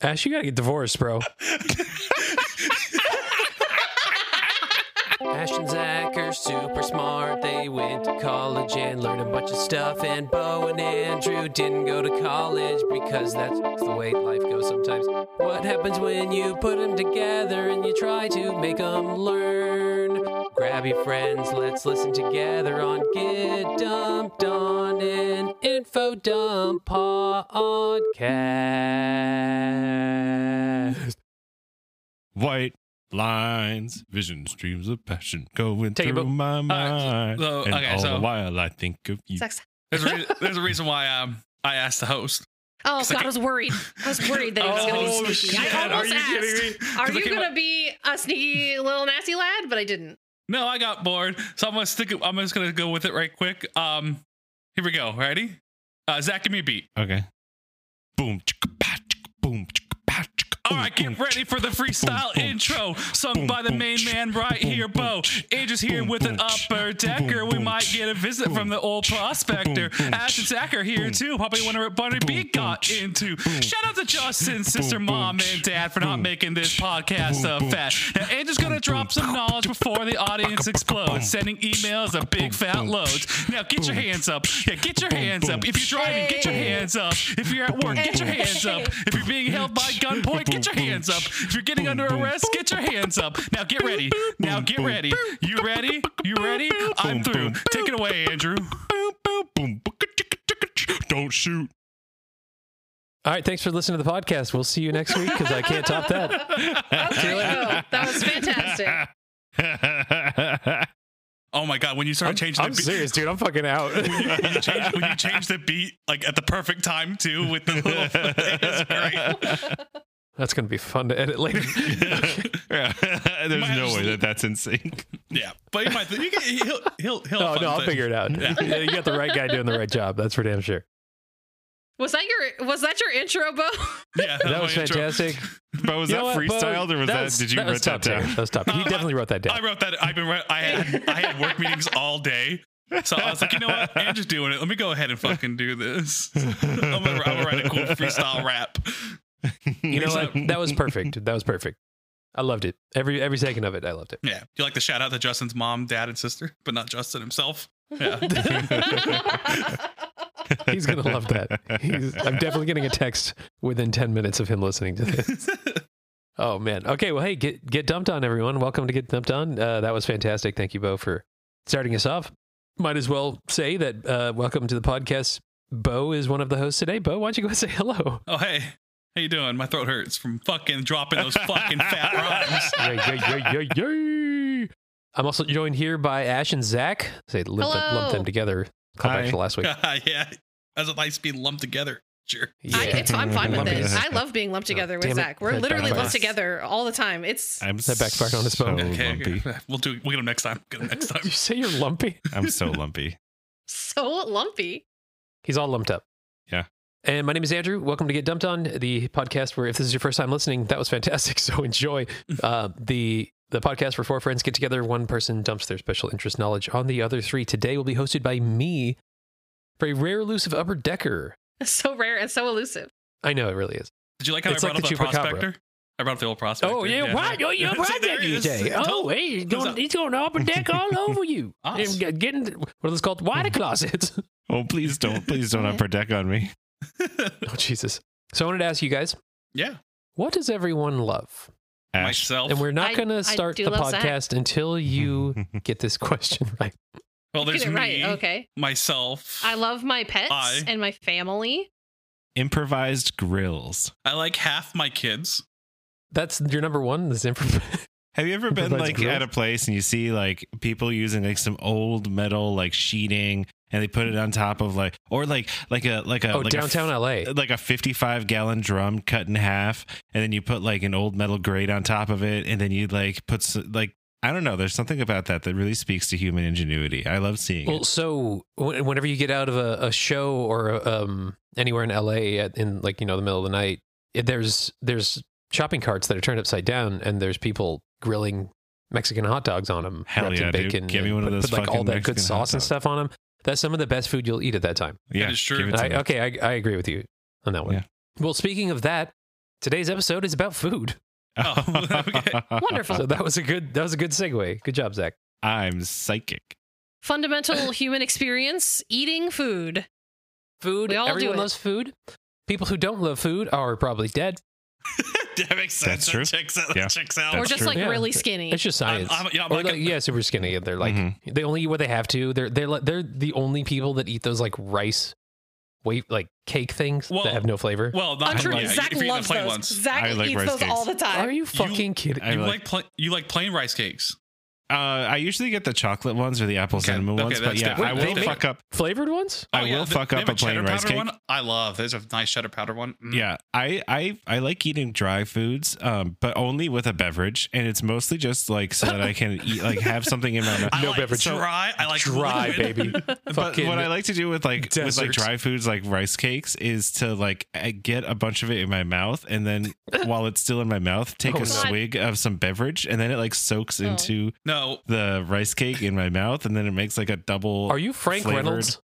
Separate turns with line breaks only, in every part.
Ash, you Uh, gotta get divorced, bro. Ash and Zach are super smart. They went to college and learned a bunch of stuff. And Bo and Andrew didn't go to college because that's the way life goes sometimes. What happens when you put them together and you try to make them learn? Grab your friends, let's listen together on Get Dumped on an Info Dump Podcast.
White lines, vision streams of passion going
Take it,
through
Bo.
my
right,
mind.
so-
and
okay,
all
so-
the while I think of you.
Sex.
There's a, rea- there's a reason why um, I asked the host.
Oh
I
god, I was worried. I was worried that it was gonna be sneaky.
shit,
I almost asked, "Are
'Cause I
you
came
gonna
up-
be a sneaky little nasty lad?" But I didn't.
No, I got bored, so I'm gonna stick. it- I'm just gonna go with it right quick. Um, here we go. Ready? Uh, Zach, give me a beat.
Okay. Boom, chicka, pa, chicka, boom, chicka, pa, chicka,
All
boom,
right,
boom,
get ready
chicka,
for the
boom,
freestyle
boom,
intro sung
boom,
by the
boom,
main
ch-
man right
boom,
here,
boom,
Bo.
ch-
Andrew's here
boom,
with an
boom, ch-
upper decker.
boom,
We
boom,
might
ch-
get a visit
boom,
from the old
ch-
prospector.
boom, boom,
Ash and
ch-
Zach are here
boom,
too. Probably
ch-
wonder what Bunny
boom,
Beat
boom,
got
ch-
into.
boom,
Shout out to Justin, sister,
boom,
mom,
ch-
and dad for not
boom,
making this
ch-
podcast
boom,
a
boom,
fad.
ch-
Now, Andrew's gonna
boom,
drop
boom,
some knowledge before the audience explodes, sending emails a big fat load. Now get your
boom,
hands up. Yeah, get your
boom,
hands up.
boom,
If you're driving, get your
Hey.
hands up. If you're at work, get your
Hey.
hands up. If you're being held by gunpoint, get your hands up. If you're getting under arrest, get your hands up. Now get ready. Now get ready. You ready? You ready? I'm through. Take it away, Andrew.
Boom, boom, boom, booka, chicka, chicka, ch- Don't shoot.
All right, thanks for listening to the podcast. We'll see you next week because I can't top that.
Okay, well, that was fantastic.
Oh my god, when you started changing the beat.
dude. I'm fucking out.
When you, change, when you change the beat like at the perfect time too with the little it's great.
That's gonna be fun to edit later.
Yeah, There's
Might
no
as-
way that that's in sync.
Yeah. But you might think you can, he'll he'll he'll
Oh no,
have fun
I'll
with
figure it out.
Yeah.
Yeah, you got the right guy doing the right job. That's for damn sure.
Was that your Was that your intro, Bo?
Yeah,
That was
my intro.
fantastic.
But was
You know
that
what, Bo?
freestyled or was that,
was-
did you
was
write that
top tier.
down?
That was top. He
Uh,
definitely wrote that
I
down.
wrote that. I've been. I had I had work meetings all day, so I was like, you know what? Andrew's doing it. Let me go ahead and fucking do this. I'm gonna, I'm gonna write a cool freestyle rap.
You know what? That was perfect. That was perfect. I loved it. Every every second of it, I loved it.
Yeah, you like to shout out to Justin's mom, dad, and sister, but not Justin himself. Yeah,
He's gonna love that. He's, I'm definitely getting a text within ten minutes of him listening to this. Oh man. Okay. Well, hey, get get dumped on, everyone. Welcome to Get Dumped On. Uh, that was fantastic. Thank you, Bo, for starting us off. Might as well say that uh, welcome to the podcast. Bo is one of the hosts today. Bo, why don't you go and say hello?
oh hey, how you doing? My throat hurts from fucking dropping those fucking fat rhymes.
Yay, yay, yay, yay, yay. I'm also joined here by Ash and Zach. Say lump, them,
Hello.
lump them together. Call back
Hi.
to last week.
yeah, as it likes being lumped together. Sure.
Yeah.
I, it's, I'm fine with
Lumpy.
it. I love being lumped together with
Damn it.
Zach. We're
That
literally
backfired.
lumped together all the time. It's
I'm
That backfired on us both.
So lumpy.
we'll do. We'll get them next time. Get them next
Did you
time.
say you're lumpy?
I'm so lumpy.
so lumpy.
He's all lumped up.
Yeah.
And my name is Andrew. Welcome to Get Dumped On, the podcast where if this is your first time listening, that was fantastic. So enjoy uh, the the podcast where four friends get together, one person dumps their special interest knowledge on the other three. Today will be hosted by me, very rare elusive upper decker.
So rare and so elusive.
I know it really is.
Did you like how
It's
I
like
brought
the
up
chupacabra.
the prospector? I brought up the old prospector.
Oh yeah, right. Oh yeah,
So
right
there
there you
is-
say. Oh,
Tell-
hey, he's
Who's
going,
up?
he's going to upper deck all over you.
Us.
And get- Getting what are those called? Water closets.
Oh, please don't. Please don't upper deck on me.
oh Jesus! So I wanted to ask you guys,
yeah.
what does everyone love?
Ash.
Myself.
And we're not
I-
going
I
to start
do
the
love
podcast
Zach.
until you get this question right.
well, there's
Get it
me.
right. Okay.
Myself.
I love my pets
I-
and my family.
Improvised grills.
I like half my kids.
That's your number one. This information.
Have you ever been
Improvised
like
grills?
at a place and you see like people using like some old metal like sheeting and they put it on top of like or like like a like a
Oh,
like a f-
downtown LA.
like a 55 gallon drum cut in half and then you put like an old metal grate on top of it and then you like put s like i don't know there's something about that that really speaks to human ingenuity i love seeing
Well,
it
so wh- whenever you get out of a, a show or a, um, anywhere in LA at, in like you know the middle of the night, it- there's there's shopping carts that are turned upside down, and there's people grilling Mexican hot dogs on them,
Hell
wrapped
yeah,
in
dude.
bacon,
Give me
and
one of
put-
those
put, like all
fucking
that good
Mexican hot
sauce and
dogs.
stuff on them. That's some of the best food you'll eat at that time.
yeah
is true.
give it
I,
to me.
okay, I, I agree with you on that one.
Yeah.
Well, speaking of that, Today's episode is about food.
Oh, okay.
Wonderful.
So that was a good that was a good segue. Good job, Zach.
I'm psychic.
Fundamental human experience eating food.
Food.
We all do
everyone
it.
loves food. People who don't love food are probably dead.
that makes
That's
sense.
true.
That checks out.
Yeah.
That checks out.
or
That's
just
true.
like
Yeah.
really skinny.
It's just
I'm-
science.
I'm- yeah, I'm
Or
not
like-
gonna-
yeah, super skinny. They're like
Mhm.
they only eat what they have to. They're they're like they're the only people that eat those like rice, wait like cake things
Well-
that have no flavor.
well, not
Untrue.
I like-
yeah,
Zach
if you're
loves
gonna play
those.
ones.
I
Zach
like
eats
rice
those
cakes.
all the time.
are you fucking kidding?
I
you
like-
like, pla- you like plain rice cakes.
Uh, I usually get the chocolate ones or the apple
Okay,
cinnamon
okay,
ones, but
that's
yeah,
different.
I
Wait,
will
they make-
fuck up.
Flavored ones?
I
Oh, yeah,
will
th-
fuck
they
up
have
a plain
cheddar
rice
powder
cake.
One. I love. There's a nice cheddar powder one. Mm.
Yeah, I, I I like eating dry foods, um, but only with a beverage, and it's mostly just like so that I can eat, like have something in my mouth.
I
No
like
beverage.
Dry. I like
Dry,
liquid.
baby.
But
Fucking
what I like to do with like with like
desert.
dry foods like rice cakes is to like I get a bunch of it in my mouth and then while it's still in my mouth take
Oh,
a
no.
swig of some beverage and then it like soaks
Oh.
into
No,
the rice cake in my mouth and then it makes like a double
Are you Frank
flavored.
Reynolds?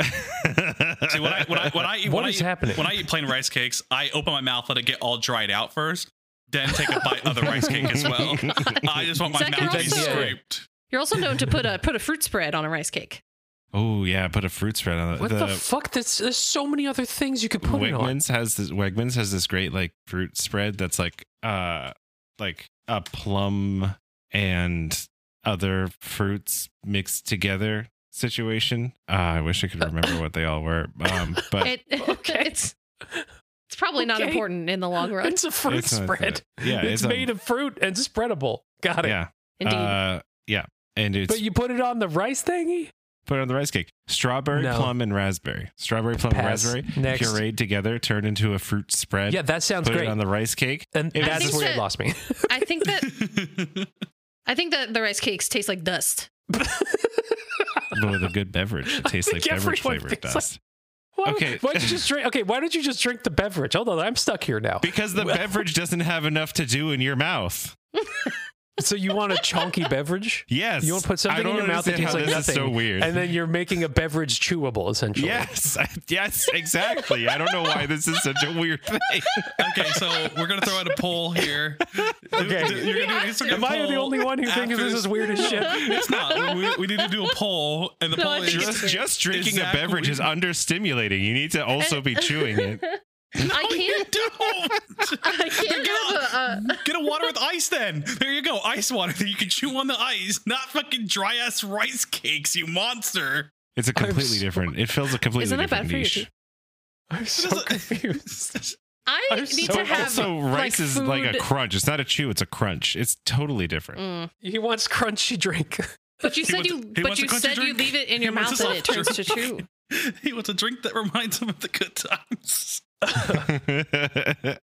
See, when I when I when I eat,
What
when
is
I, eat-
happening?
When I eat plain rice cakes, I open my mouth, let it get all dried out first, then take a bite of the rice cake as well. I just want my
Zach,
mouth
you're
to be
also-
scraped.
You're also known to put a put a fruit spread on a rice cake.
Oh yeah, put a fruit spread on it.
What the, fuck? That's, there's so many other things you could put it on.
Wegmans has this Wegmans has this great like fruit spread that's like uh like a plum and other fruits mixed together situation. Uh, I wish I could remember what they all were. Um but
It,
Okay.
it's it's probably not
Okay.
important in the long run.
It's a fruit
It's uh, not
spread.
that- yeah,
it's,
it's a-
made of fruit and spreadable. Got it.
yeah.
Indeed.
Uh yeah. And it's
But you put it on the rice thingy?
put it on the rice cake. Strawberry,
No.
plum, and raspberry. Strawberry, plum, and
Pass.
raspberry
Next.
pureed together, turned into a fruit spread.
Yeah, that sounds
put
great.
it on the rice cake.
and
It
that's
was-
where it
that-
lost me.
I think that I think that the rice cakes taste like dust.
But with a good beverage. It
I
tastes like
think
beverage
everyone
flavored
thinks like-
dust.
Why,
Okay.
Why don't you just drink? Okay, why don't you just drink the beverage? Hold on, I'm stuck here now.
Because the
Well-
beverage doesn't have enough to do in your mouth.
So you want a chunky beverage,
Yes.
You wanna put something
I don't
in your mouth that
understand
tastes
how
like
this Is so
nothing,
weird.
and then you're making a beverage chewable, essentially.
yes. Yes, exactly. I don't know why this is such a weird thing.
okay, so we're gonna throw out a poll here.
Okay.
Do- do- you're gonna do- it's a good
Am I the
poll
only one who thinks
after
this is weird as shit?
It's not. We, we need to do a poll, and the
No, I
poll is
think
Just,
It's-
just drinking
Exactly.
a beverage is understimulating. You need to also be chewing it.
I can't
Don't.
I can't have a, a
Get a water with ice then. There you go, ice water that you can chew on the ice, not fucking dry ass rice cakes, you monster.
It's a completely
so-
different. It fills a completely
Isn't that bad
different niche.
for you, too?
I'm so confused.
I
I'm
need
so-
to have
also,
like,
rice is like a
food-
crunch. It's not a chew. It's a crunch. It's totally different.
Mm.
He wants crunchy drink.
But you
He
said
wants-
you
he
but
wants
you
a crunchy
said you
drink.
leave it in
He
your
wants
mouth
a
and it
soft
turns to chew.
drink. He wants a drink that reminds him of the good times.
Mm.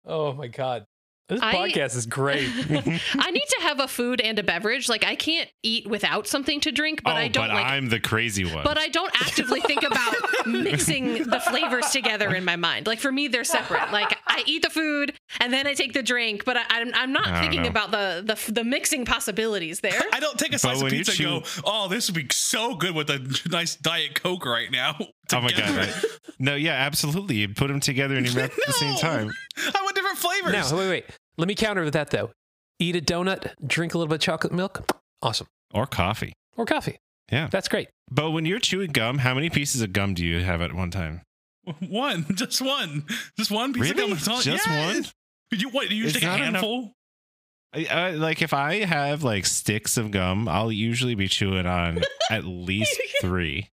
Oh my god, this
I-
podcast is great.
I need to have a food and a beverage. Like I can't eat without something to drink, but
oh,
I don't
but
like
I'm the crazy one.
but I don't actively think about mixing the flavors together in my mind. Like for me, they're separate. Like I eat the food and then I take the drink, but I, I'm I'm not
I don't
thinking
know.
about the, the the mixing possibilities there.
I don't take a slice of
when you
pizza
chew-
and go, oh, this would be so good with a nice Diet Coke right now.
oh my god!
Together.
I- no, yeah, absolutely. You put them together in your mouth at the same
No!
time.
I want different flavors.
now, wait, wait. Let me counter with that though. Eat a donut, drink a little bit of chocolate milk. Awesome.
Or coffee.
Or coffee.
Yeah.
That's great.
But when you're chewing gum, how many pieces of gum do you have at one time?
One, just one, just one piece
Really?
of gum.
Just one?
one? You what? You
It's
take a
not enough-
handful?
I, I, like if I have like sticks of gum, I'll usually be chewing on at least three.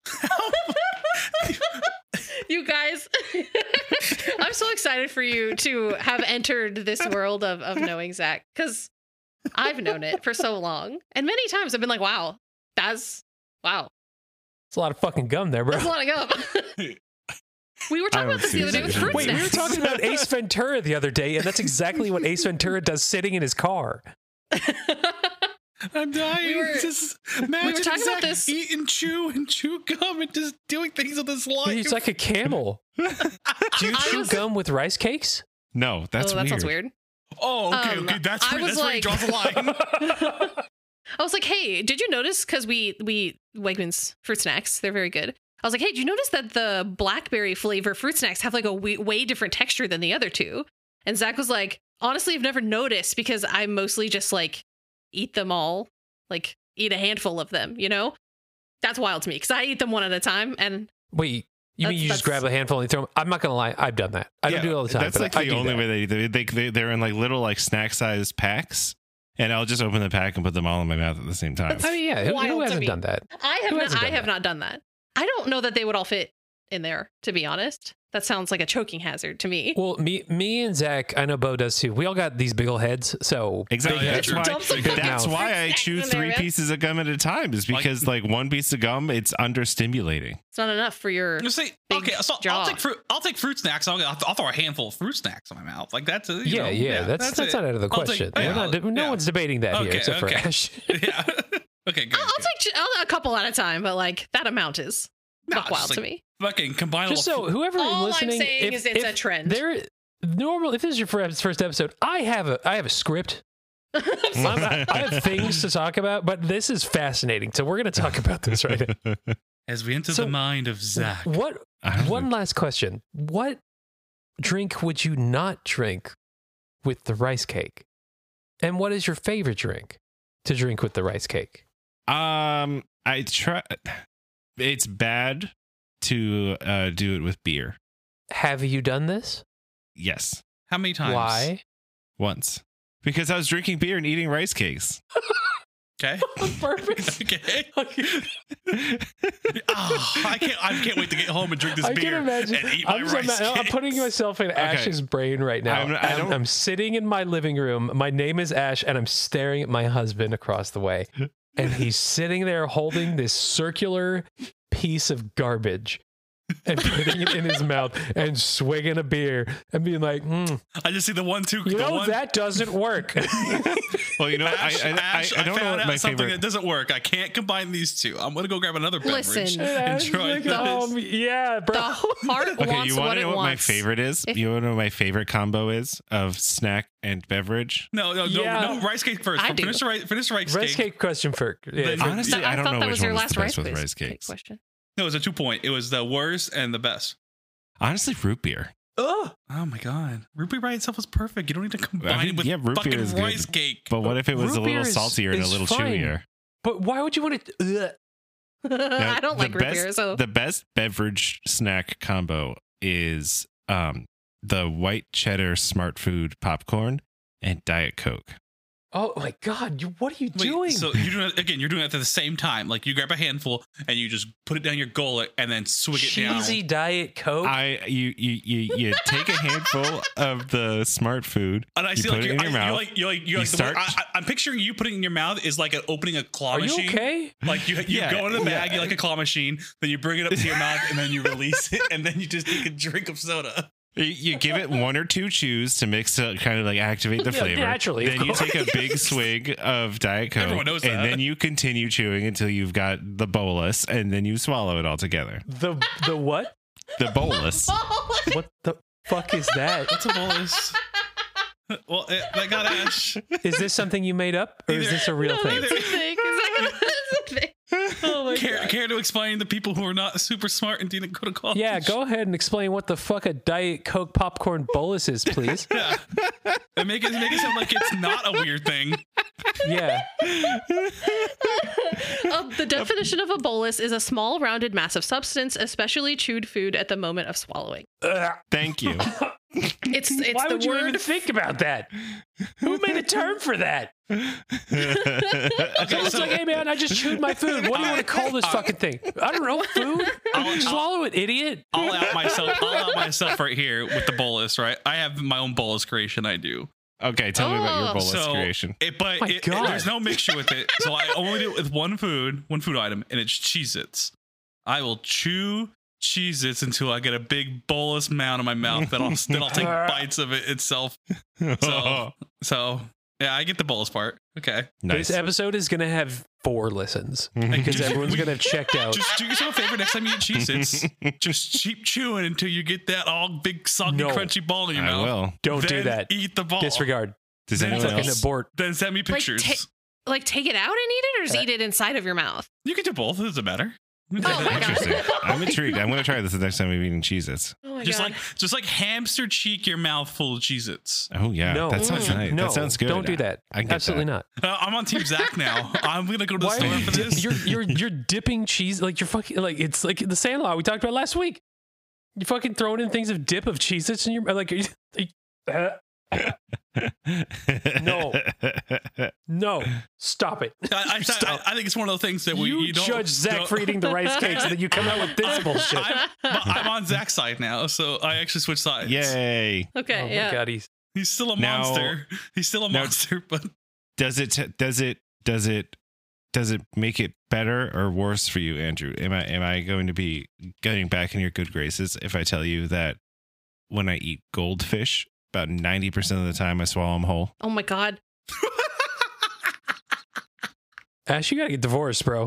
You guys, I'm so excited for you to have entered this world of of knowing Zach because I've known it for so long, and many times I've been like, wow, that's wow,
It's a lot of fucking gum there, bro.
that's a lot of gum. We were
I
talking
don't
about this
see
the other day with
that.
fruit
Wait, we were
snacks.
talking about Ace Ventura the other day, and that's exactly what Ace Ventura does sitting in his car.
Oh,
I'm dying.
We were-
just imagine
talking about
Zach
this-
Eat and chew and chew gum and just doing things with his life.
He's like a camel. Do you
I
chew
was-
gum with rice cakes?
No, that's
oh, that
weird.
sounds weird.
oh, okay,
Um,
okay. That's
I
where,
was
that's where he
like-
draws the line.
I was like, hey, did you notice? Because we we Wegmans fruit snacks, they're very good. I was like, hey, did you notice that the blackberry flavor fruit snacks have like a way, way different texture than the other two? And Zach was like, honestly, I've never noticed because I mostly just like eat them all, like eat a handful of them, you know? That's wild to me because I eat them one at a time. And
Wait, you mean
That's-
you just
that's-
grab a handful and you throw them? I'm not gonna lie, I've done that. I
Yeah,
don't do it all the time.
That's
but
like
I, I
the
do
only
that.
way they, they, they, they they're in like little like snack sized packs, and I'll just open the pack and put them all in my mouth at the same time.
I mean, yeah, who,
Wild
who
to
hasn't
me.
done that?
I have
Who
not,
hasn't
I
done
have
that?
not done that. I don't know that they would all fit in there, to be honest. That sounds like a choking hazard to me.
Well, me, me and Zach, I know Bo does too. We all got these big old heads, so
Exactly.
Oh, yeah,
that's
true.
why.
Dump some
big
That's
mouth.
why I
Snacks
chew
in there,
three
yeah.
pieces of gum at a time. Is
Like-
because like one piece of gum, it's understimulating.
It's not enough for your.
You see,
Big
okay, so
jaw.
I'll take fruit. I'll take fruit snacks. I'll, I'll throw a handful of fruit snacks in my mouth. Like that's a, you
yeah,
know,
yeah, that's that's,
it.
not out of the
I'll take-
question.
yeah,
We're not-
I'll-
no
yeah.
one's debating that here
Okay,
except
okay.
for Ash.
yeah. okay, good.
I'll, I'll
good.
take I'll, a couple at a time, but like that amount is
Nah,
buck wild
just,
to
like,
me.
Fucking combine
Just
all
so whoever
All
listening,
I'm saying
if,
is it's
if
a trend.
There, normal. If this is your first first episode, I have a I have a script. I'm not- I have things to talk about, but this is fascinating. So we're going to talk about this right now.
as we enter
So-
the mind of Zach.
What
I don't
One
know.
last question. What drink would you not drink with the rice cake? And what is your favorite drink to drink with the rice cake?
Um, I try. It's bad to uh, do it with beer.
Have you done this?
Yes,
How many times?
Why?
once because I was drinking beer and eating rice cakes.
Okay.
Perfect.
okay. Ah, I can't. I can't wait to get home and drink this
I
beer
can imagine.
and eat my
I'm, so
rice.
mad- I'm
cakes.
putting myself in Ash's brain right now.
I'm- I
I'm-
don't-
I'm sitting in my living room. My name is Ash, and I'm staring at my husband across the way. And he's sitting there holding this circular piece of garbage and putting it in his mouth and swigging a beer and being like, "Hmm,
I just see the one, two,
you
the
know,
one.
that doesn't work.
Well, you know, I,
Ash,
I,
Ash,
I, I don't know
found
what
out
my
something
favorite.
that doesn't work. I can't combine these two. I'm gonna go grab another beverage.
Listen.
And Ash is
Enjoy
like,
this.
"Um, yeah,
the
bro.
heart
Okay,
wants
you
what
want to
it
know what my
wants.
favorite is?
If-
You want to know what my favorite combo is of snack and beverage?
No, no, no,
Yeah.
no. Rice cake first.
I do.
finish the rice. Finish the rice,
Rice cake question for yeah,
Then-
for-
Honestly,
So
I don't
thought
know
that
which
was your
one was
last
the best
rice,
with
quiz-
rice
cake
cakes.
question.
No, it was a two point. It was the worst and the best.
Honestly, root beer.
Oh, oh my god. Root beer by itself was perfect. You don't need to combine
I mean,
it with
yeah, root beer
fucking
is good.
rice cake.
But what if it
Root
was a little
beer is-
saltier and a
is
little
fine.
chewier?
But why would you want to? Ugh.
Now,
I don't
the
like root
best-
beer, so
the best beverage snack combo is um the white cheddar smart food popcorn and diet coke.
Oh my God! You, what are you
Wait,
doing?
So you're doing it again. You're doing it at the same time. Like you grab a handful and you just put it down your gullet and then swig it down.
Cheesy diet
Oh.
coke.
I you you you, you take a handful of the smart food.
And I
You
see
put
like
it
you're,
in
I,
your
you're
mouth.
like you're like you're
You
like the
start-
way- I, I, am picturing you putting it in your mouth is like a, opening a claw
are you
machine.
okay?
Like you, you
Yeah,
go in the bag,
yeah.
you like a claw machine, then you bring it up to your mouth, and then you release it, and then you just take a drink of soda.
You, you give it one or two chews to mix to kind of like activate the
Yeah,
flavor.
naturally, of
then you
course.
take a big swig of diet coke,
Everyone knows
and
that.
then you continue chewing until you've got the bolus, and then you swallow it all together.
The the what?
The bolus.
Oh
What the fuck is that?
What's a bolus? well, it, that got Ash.
Is this something you made up, or is this a real
no,
thing?
that's a thing. Is that- that's a thing.
Oh my
Care, care to explain to people who are not super smart and didn't go to college?
Yeah, go ahead and explain what the fuck a diet coke popcorn bolus is, please.
Yeah. And make it make it sound like it's not a weird thing.
Yeah,
Uh, the definition of a bolus is a small, rounded mass of substance, especially chewed food at the moment of swallowing.
Thank you.
It's it's
why
the
would you
word
even think about that? Who made a term for that?
Okay,
It's
so
like, hey man, I just chewed my food. What do you want to call this fucking thing? I don't know, food.
I'll-
Swallow it, idiot.
I'll out myself. I'll out myself right here with the bolus. Right, I have my own bolus creation. I do.
okay, tell me about
Oh.
your bolus
So-
creation.
It, but
My
it- it-
God.
there's no mixture with it, so I only do it with one food, one food item, and it's Cheez-Its. I will chew Cheez-Its until I get a big bolus mound in my mouth. Then I'll then I'll take bites of it itself. So so yeah, I get the bolus part. Okay,
nice.
This episode is gonna have four listens
Thank
because
you.
everyone's gonna have checked out.
just do yourself a favor next time you eat Cheez-Its, just keep chewing until you get that all big soggy
No.
crunchy ball in your
I
mouth.
will.
Don't do
Then
that.
Eat the ball.
Disregard.
Does
Then
anyone
Fucking
it's
else?
like
abort.
Then send me
Like,
pictures.
ta- like take it out and eat it, or just
Uh,
eat it inside of your mouth.
you can do both. It doesn't matter.
Oh my God.
Interesting. I'm intrigued. I'm gonna try this the next time I'm eating Cheez-Its.
Oh my
Just
god.
like just like hamster cheek your mouth full of Cheez Its.
Oh yeah,
No.
that sounds
Mm.
nice.
no,
that sounds good.
Don't do that.
I can get
Absolutely
that.
not.
Uh, I'm on Team Zach now. I'm gonna go to the
Why
store
are
for
you
dip-
this.
you're you're you're dipping cheese like you're fucking like it's like the Sandlot we talked about last week. You fucking throwing in things of dip of cheese that's in your like. Are you, uh, are No. no, stop it.
I, I, I,
Stop.
I think it's one of those things that we
you
you don't
judge Zach
don't-
for eating the rice cakes, and then you come out with this bullshit.
I'm, but I'm on Zach's side now, so I actually switched sides.
Yay!
okay,
oh
yeah.
my god, he's
He's still a
Now-
monster. He's still a
now-
monster, but
Does it? Does it? Does it? Does it make it better or worse for you, Andrew? Am I am I going to be getting back in your good graces if I tell you that when I eat goldfish, about ninety percent of the time I swallow them whole?
Oh my god.
Ash. You gotta get divorced, bro.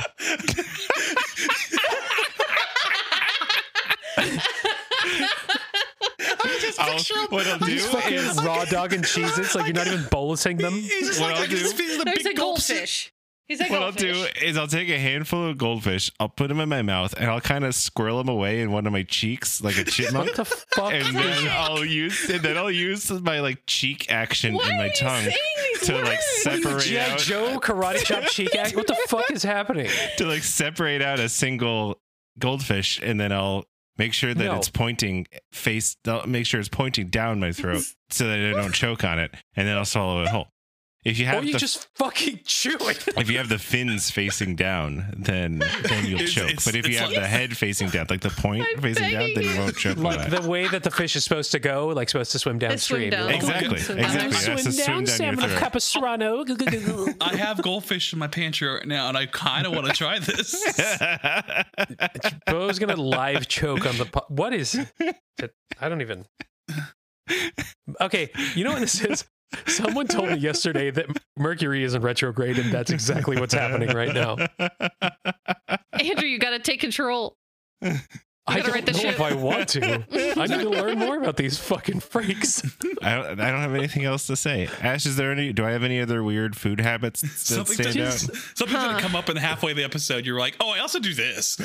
I just
I'll-
picture him.
what I'll
I'm
do
He's
just
fucking
picture-
raw dog and cheese. It's like you're not even bolusing them.
He's just
What
like,
I'll
I can
do-
just feel the
No,
big
he's a
gulps.
goldfish. He's a
What I'll do
goldfish.
is I'll take a handful of goldfish, I'll put them in my mouth, and I'll kind of squirrel them away in one of my cheeks like a chipmunk.
What the fuck?
and
is-
then I'll use and then I'll use my like cheek action
Why
and
are
my
you
tongue
saying these
to
words?
like separate
G.I.
out
Joe karate chop cheek act. What the fuck is happening?
to like separate out a single goldfish, and then I'll make sure that
No.
it's pointing face. I'll make sure it's pointing down my throat so that I don't choke on it, and then I'll swallow it whole. If you
Or
have
you
the
just fucking chew it.
if you have the fins facing down, then then you'll
It's-
choke.
it's-
but if you
it's
have
like-
the head facing down, like the point
I'm
facing down,
begging
then you
you.
won't choke. on
like
that.
the way that the fish is supposed to go, like supposed to swim
They
downstream.
swim down.
You're like,
Exact-
exactly,
Oh
exactly.
my goodness.
I'm
That's to swim down,
salmon
your
of
throat.
Capistrano.
I have goldfish in my pantry right now, and I kind of want to try this.
Bo's gonna live choke on the. Po- what is? that- I don't even. Okay, you know what this is. Someone told me yesterday that Mercury is in retrograde, and that's exactly what's happening right now.
Andrew, you gotta take control.
I
gotta
don't
write
know
this shit.
if I want to. I need to learn more about these fucking freaks.
I don't, I don't have anything else to say. Ash, is there any? Do I have any other weird food habits that
Something
stand
just-
out?
Something's
Huh.
gonna come up in halfway the episode. You're like, oh, I also do this.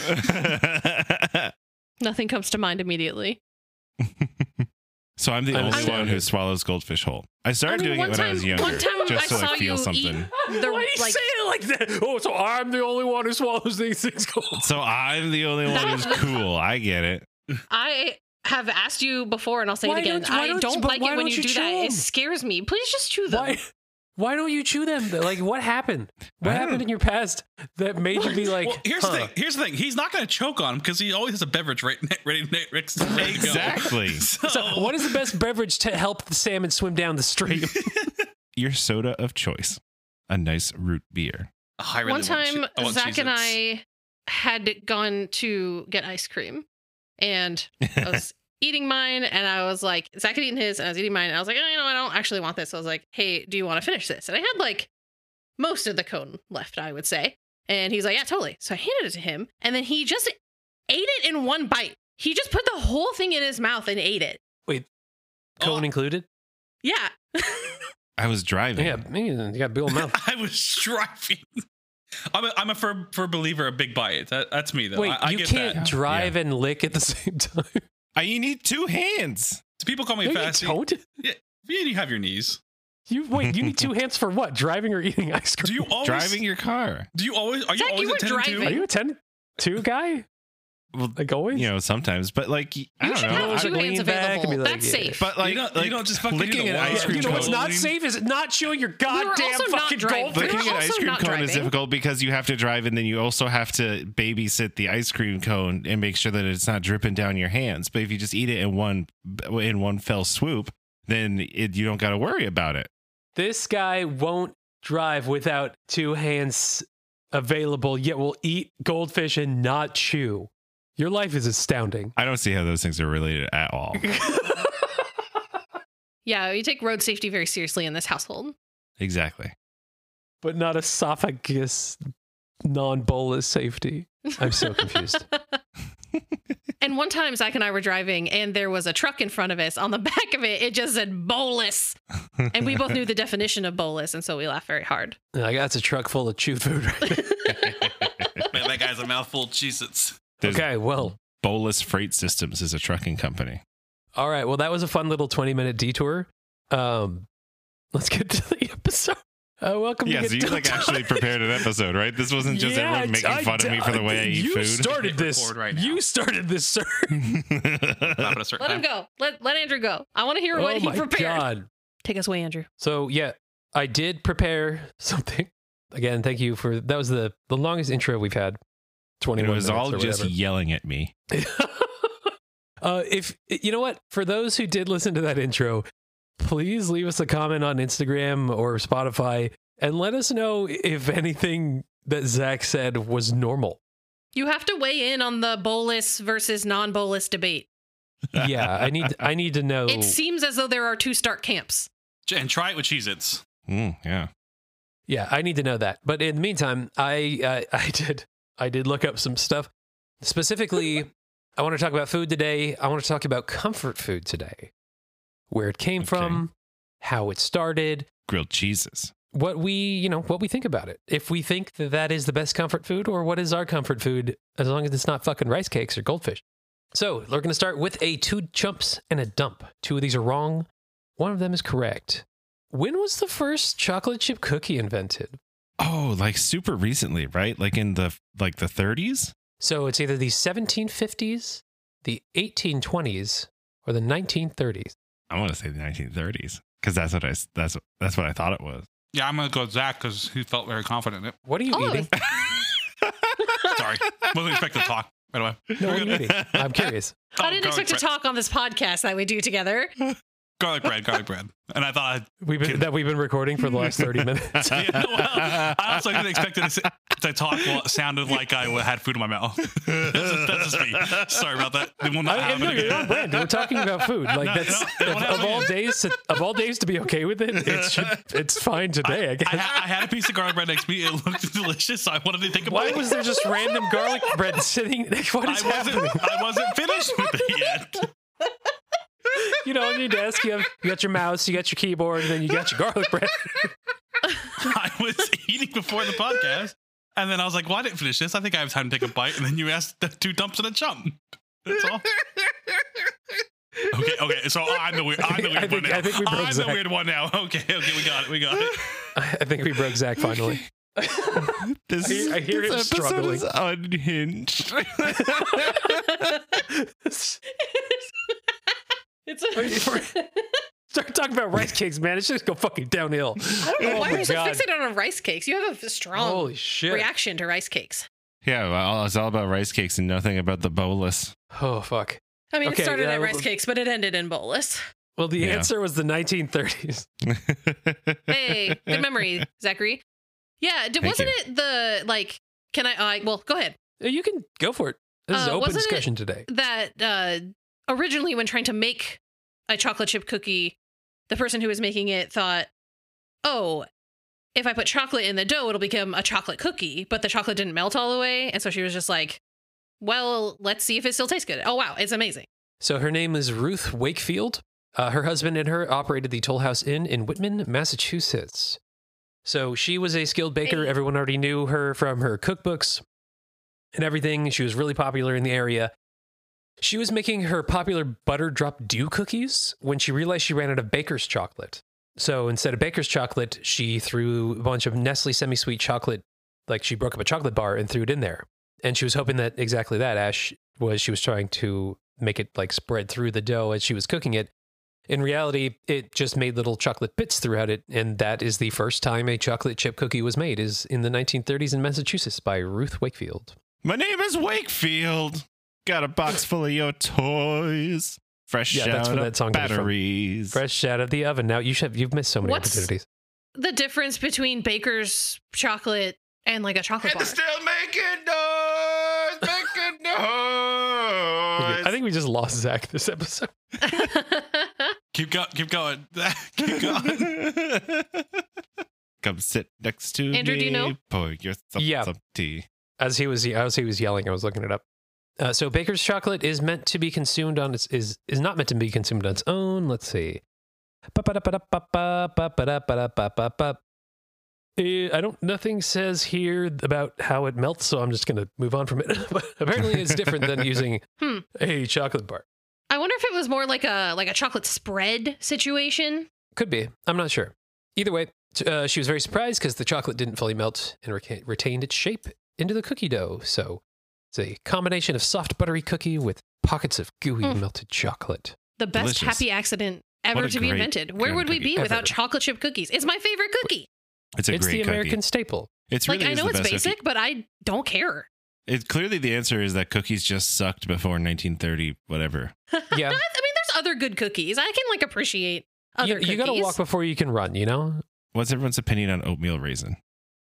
Nothing comes to mind immediately.
so I'm the
I'm
only one
astounded.
who swallows goldfish whole. I started
I mean,
doing it
one
when
time,
I was younger,
one time
just
I
so
saw
I feel
you
something.
eat the
Why do you
like.
say it like that? Oh, so I'm the only one who swallows these things cold.
So I'm the only one who's
That's-
cool. I get it.
I have asked you before, and I'll say
Why
it again.
don't- why
I
don't-
don't
but
like
why
it when
don't
you,
you
do
chew
that.
them?
It scares me. Please just chew them.
Why? Why don't you chew them? Like, what happened? What
I
happened
don't-
in your past that made you be like?
well, here's the
huh,
thing. Here's the thing. He's not gonna choke on him because he always has a beverage right ne- ready ne- next to him.
Exactly.
So,
So, what is the best beverage to help the salmon swim down the stream?
Your soda of choice, a nice root beer.
Oh, I really
One
want che-
time,
I want
Zach and
Cheez-Its.
I had gone to get ice cream, and I was eating mine, and I was like, Zach had eaten his, and I was eating mine, and I was like, oh, you know, I don't actually want this. So I was like, hey, do you want to finish this? And I had like most of the cone left, I would say. And he's like, yeah, totally. So I handed it to him, and then he just ate it in one bite. He just put the whole thing in his mouth and ate it.
Cone included.
Yeah.
I was
Oh.
driving.
Yeah, man, you got a big old mouth.
I was striving. I'm a, I'm a firm, firm believer of big bite. That, that's me though.
Wait,
I, I
you
get
can't
that.
drive and lick at the same time.
I, you need two hands.
So people call me
No,
a
you
fasty.
don't.
You, you have your knees.
You wait. You need two hands for what? Driving or eating ice cream?
Do you always
driving your car.
Do you always are you
Zach, you
always
were
intending
driving.
Are
to?
you a ten two guy?
Well,
Like always?
you know, sometimes, but like, I
You
don't
should
know.
have
I-
two
I
hands
lean back and be
available.
like,
That's
yeah.
safe.
But like,
You don't- you
like
don't just fucking
licking
eat
an
a
ice
wad.
cream
you know what's
cone.
not safe is not chewing your goddamn
also not
fucking
driving.
goldfish.
Licking
We're
an ice
also
cream
not
cone is
driving.
difficult because you have to drive and then you also have to babysit the ice cream cone and make sure that it's not dripping down your hands. But if you just eat it in one in one fell swoop, then it, you don't got to worry about it.
This guy won't drive without two hands available, yet will eat goldfish and not chew. Your life is astounding.
I don't see how those things are related at all.
yeah, you take road safety very seriously in this household.
exactly.
but not esophagus non bolus safety. I'm so confused.
And one time Zach and I were driving and there was a truck in front of us. On the back of it, it just said bolus. And we both knew the definition of bolus, and so we laughed very hard.
I got a truck full of chew food right
Man, that guy's a mouthful of Cheez-Its.
There's
okay, well,
Bolus Freight Systems is a trucking company.
all right. Well, that was a fun little 20 minute detour. Um, let's get to the episode. Uh, welcome
Yeah,
to
so
Get
you like
Dildo-
actually prepared an episode, right? This wasn't just
Yeah,
everyone making
I-
fun of me for the way I eat
you
food.
started
Hit
this.
record right now.
you started this, sir.
Not at a certain
Let
time.
him go. Let let Andrew go. I want to hear
oh
what he
my
prepared.
god!
Take us away, Andrew.
So yeah, I did prepare something. Again, thank you for that was the the longest intro we've had. Twenty
it
one.
was all just yelling at me.
uh, if you know what, for those who did listen to that intro, please leave us a comment on Instagram or Spotify and let us know if anything that Zach said was normal.
You have to weigh in on the bolus versus non-bolus debate.
Yeah, I need I need to know.
It seems as though there are two Stark camps.
And try it with Cheez-Its.
Mm, yeah.
Yeah, I need to know that. But in the meantime, I I, I did I did look up some stuff. Specifically, I want to talk about food today. I want to talk about comfort food today, where it came
Okay.
from, how it started,
Grilled cheeses.
what we you know what we think about it. If we think that that is the best comfort food, or what is our comfort food, as long as it's not fucking rice cakes or goldfish. So we're going to start with a two chumps and a dump. Two of these are wrong. One of them is correct. When was the first chocolate chip cookie invented?
Oh, like super recently, right? Like in the like the 30s?
So it's either the 1750s, the 1820s, or the 1930s.
I want to say the 1930s because that's what I s- that's that's what I thought it was.
Yeah, I'm gonna go with Zach because he felt very confident in it.
What are you
Oh,
eating?
Sorry, wasn't expecting to talk. By the way,
No, what are you eating? I'm curious.
Oh,
I didn't
garlic
expect to
bread.
talk on this podcast that we do together.
Garlic bread, garlic bread, and I thought
We've been, that we've been recording for the last 30 minutes.
I, yeah, well, I also didn't expect it to, s- to talk. Well, it sounded like I had food in my mouth. that's, that's just me. Sorry about that. They will not
I,
have
no,
it
you're on
again.
brand. We're talking about food. Like
No,
that's
no, no,
of,
what
of all
happened?
days to, of all days to be okay with it. It should, it's fine today. I, guess.
I, ha- I had a piece of garlic bread next to me. It looked delicious. So I wanted to think about
Why
it.
was there just random garlic bread sitting? What
I
is
wasn't.
happening?
I wasn't finished with it yet.
You know, on your desk, you have you got your mouse, you got your keyboard, and then you got your garlic bread.
I was eating before the podcast, and then I was like, "Well, I didn't finish this. I think I have time to take a bite." And then you asked the two dumps and a chump. That's all. Okay, okay. So I'm the weird. I'm the
I
weird
think-
one now.
I think we broke
I'm
Zach.
the weird one now. Okay, okay. We got it. We got it.
I I think we broke Zach finally. I
This,
hear- I hear him
this episode
struggling.
is unhinged.
it's a,
Start talking about rice cakes, man. It's just go fucking downhill.
I don't know
Oh
why
my
you're so
God.
fixated on rice cakes. You have a strong
Holy shit.
reaction to rice cakes.
yeah, well, it's all about rice cakes and nothing about the bolus.
oh fuck.
I mean,
Okay,
it started
yeah,
at
well-
rice cakes, but it ended in bolus.
Well, the
Yeah.
answer was the 1930s.
Hey, good memory, Zachary. Yeah, d-
Thank
wasn't it the like? Can I? Uh, well, go ahead.
Uh, You can go for it. This is
Uh,
open
wasn't it-
discussion today.
That uh, originally, when trying to make a chocolate chip cookie, the person who was making it thought, "Oh, if I put chocolate in the dough, it'll become a chocolate cookie." But the chocolate didn't melt all the way, and so she was just like, "Well, let's see if it still tastes good." Oh wow, it's amazing.
So her name is Ruth Wakefield. Uh, her husband and her operated the Toll House Inn in Whitman, Massachusetts. So she was a skilled baker.
Hey.
Everyone already knew her from her cookbooks and everything. She was really popular in the area. She was making her popular butter drop dew cookies when she realized she ran out of baker's chocolate. So instead of baker's chocolate, she threw a bunch of Nestle semi sweet chocolate, like she broke up a chocolate bar and threw it in there. And she was hoping that exactly that, Ash, was she was trying to make it like spread through the dough as she was cooking it. In reality, it just made little chocolate bits throughout it, and that is the first time a chocolate chip cookie was made is in the 1930s in Massachusetts by Ruth Wakefield.
My name is Wakefield. Got a box full of your toys. Fresh
Yeah, that's
out
where
of
that song comes from.
batteries.
Fresh out of the oven. Now you should you've missed so many
What's-
opportunities.
The difference between baker's chocolate and like a chocolate bar.
making noise, making noise.
I think we just lost Zach this episode.
Keep going. Keep going. keep going.
Come sit next to
Andrew,
me.
do you know?
Pour yourself
Yeah.
some tea.
As he was as he was yelling, I was looking it up. Uh, so baker's chocolate is meant to be consumed on its is is not meant to be consumed on its own. Let's see. Ba-ba-da-ba-da-ba-ba, ba-ba-da-ba-da-ba-ba-ba. Eh, I don't. Nothing says here about how it melts, so I'm just gonna move on from it. but apparently, it's different than using
Hmm.
a chocolate bar.
I wonder if it was more like a like a chocolate spread situation.
Could be. I'm not sure. Either way, t- uh, she was very surprised because the chocolate didn't fully melt and reca- retained its shape into the cookie dough. So it's a combination of soft, buttery cookie with pockets of gooey
Mm.
melted chocolate.
The best
Delicious.
happy accident ever
What a
to be
great
invented. Where
good
would we be
cookie.
without
Ever.
chocolate chip cookies? It's my favorite cookie.
It's a
it's
great
the American
cookie.
staple.
It's
Like
really
I
is
know
the
it's
best cookie.
basic, but I don't care.
It clearly the answer is that cookies just sucked before 1930, whatever.
I
Yeah.
mean, there's other good cookies. I can like appreciate other
you,
cookies.
you gotta walk before you can run, you know?
What's everyone's opinion on oatmeal raisin?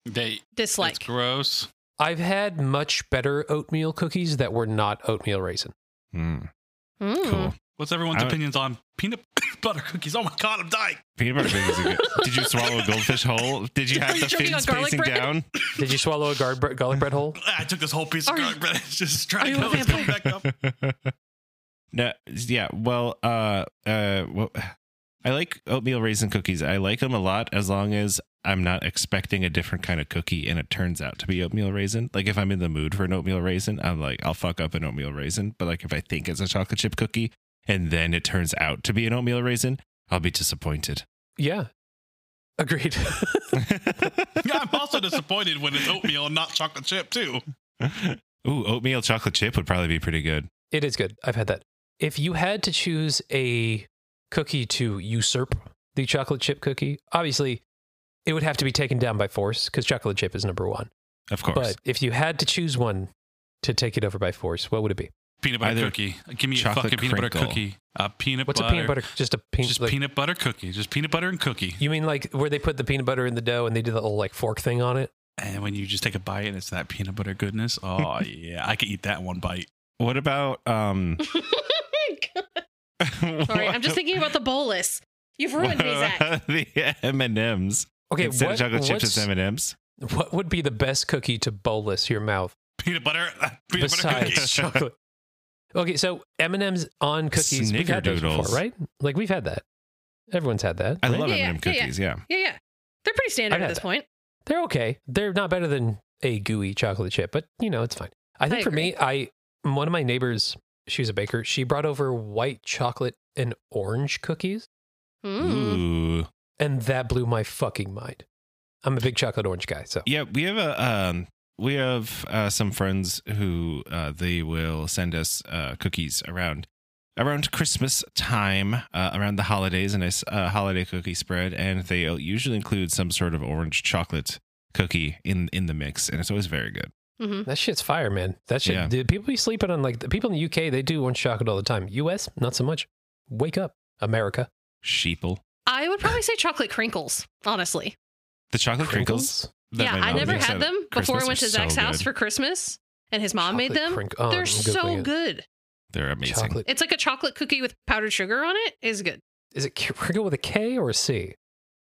They
dislike.
it's gross.
I've had much better oatmeal cookies that were not oatmeal raisin.
Hmm,
Mm.
cool.
What's everyone's
I don't-
opinions on peanut butter cookies? Oh my god, I'm dying.
Peanut butter cookies are good. Did you swallow a goldfish whole? Did you
Are
have
you
the
choking
fins
on garlic
facing
bread?
down?
Did you swallow a gar- bre- garlic bread whole?
Ah, I took this whole piece
Are
of
you-
garlic bread. It's just
are
trying
you
to
a
it's coming back up.
no, yeah. Well, uh, uh, well, I like oatmeal raisin cookies. I like them a lot as long as I'm not expecting a different kind of cookie and it turns out to be oatmeal raisin. Like if I'm in the mood for an oatmeal raisin, I'm like, I'll fuck up an oatmeal raisin. But like if I think it's a chocolate chip cookie and then it turns out to be an oatmeal raisin, I'll be disappointed.
Yeah. Agreed.
Yeah, I'm also disappointed when it's oatmeal and not chocolate chip too.
Ooh, oatmeal chocolate chip would probably be pretty good.
It is good. I've had that. If you had to choose a cookie to usurp the chocolate chip cookie, obviously it would have to be taken down by force because chocolate chip is number one.
Of course.
But if you had to choose one to take it over by force, what would it be?
Peanut butter
Either
cookie. Give me a
chocolate
fucking peanut butter
crinkle.
cookie. A peanut
What's
butter.
a peanut butter? Just a peanut.
Just
like,
peanut butter cookie. Just peanut butter and cookie.
You mean like where they put the peanut butter in the dough and they did the little like fork thing on it?
And when you just take a bite and it's that peanut butter goodness. Oh yeah, I could eat that in one bite.
What about um?
Sorry, I'm just thinking about the bolus. You've ruined me, Zach.
the M and M's
Okay,
instead
what,
of chocolate chips, it's
what's-
M and M's.
what would be the best cookie to bolus your mouth
Peanut butter. Peanut butter cookie.
besides chocolate? Okay, so M and M's on cookies, we've had those before,
Snickerdoodles.
right? Like we've had that. Everyone's had that.
I
right?
love
Yeah,
M
yeah,
and M
yeah, yeah.
cookies. Yeah.
Yeah, yeah. They're pretty standard
I'd
at
have
this
that.
point.
they're okay. They're not better than a gooey chocolate chip, but you know, it's fine. I think for me, I one of my neighbors, she's a baker, she brought over white chocolate and orange cookies,
Mm.
Ooh.
and that blew my fucking mind. I'm a big chocolate orange guy, so
Yeah, we have a um, we have uh, some friends who uh, they will send us uh, cookies around around Christmas time, uh, around the holidays, and a s- uh, holiday cookie spread, and they usually include some sort of orange chocolate cookie in in the mix, and it's always very good.
Mhm.
that shit's fire, man. That shit.
Yeah.
Dude, people be sleeping on like the people in the UK, they do orange chocolate all the time. US, not so much. Wake up, America.
Sheeple,
I would probably say chocolate crinkles, honestly.
the chocolate crinkles. that
yeah,
my
I
mom
never
makes
had
at
them before I
Christmas
went
are
to Zach's
so
house
good.
for Christmas, and his mom made
Chocolate
them.
crink- oh,
They're
I'm
so
Googling it.
good.
They're amazing.
Chocolate.
It's like a chocolate cookie with powdered sugar on it. Is good.
Is it K- crinkle with a K or a C?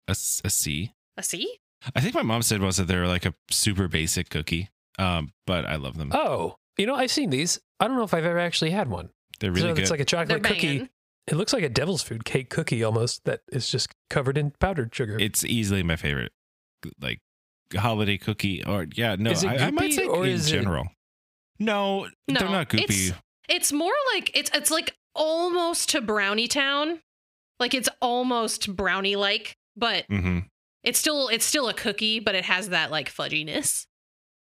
A, s- a C.
A C?
I think my mom said once that they were like a super basic cookie, um, but I love them.
Oh, you know, I've seen these. I don't know if I've ever actually had one.
They're really
so
good.
it's like a
They're
chocolate cookie.
banging.
It looks like a devil's food cake cookie almost that is just covered in powdered sugar.
it's easily my favorite, like holiday cookie. Or yeah, no,
Is it
I, I might
goopy
say
or
in
is it-
general. No,
No,
they're not goopy.
it's- It's more like it's it's like almost to Brownie Town. Like it's almost brownie like, but
hmm
it's still it's still a cookie, but it has that like fudginess.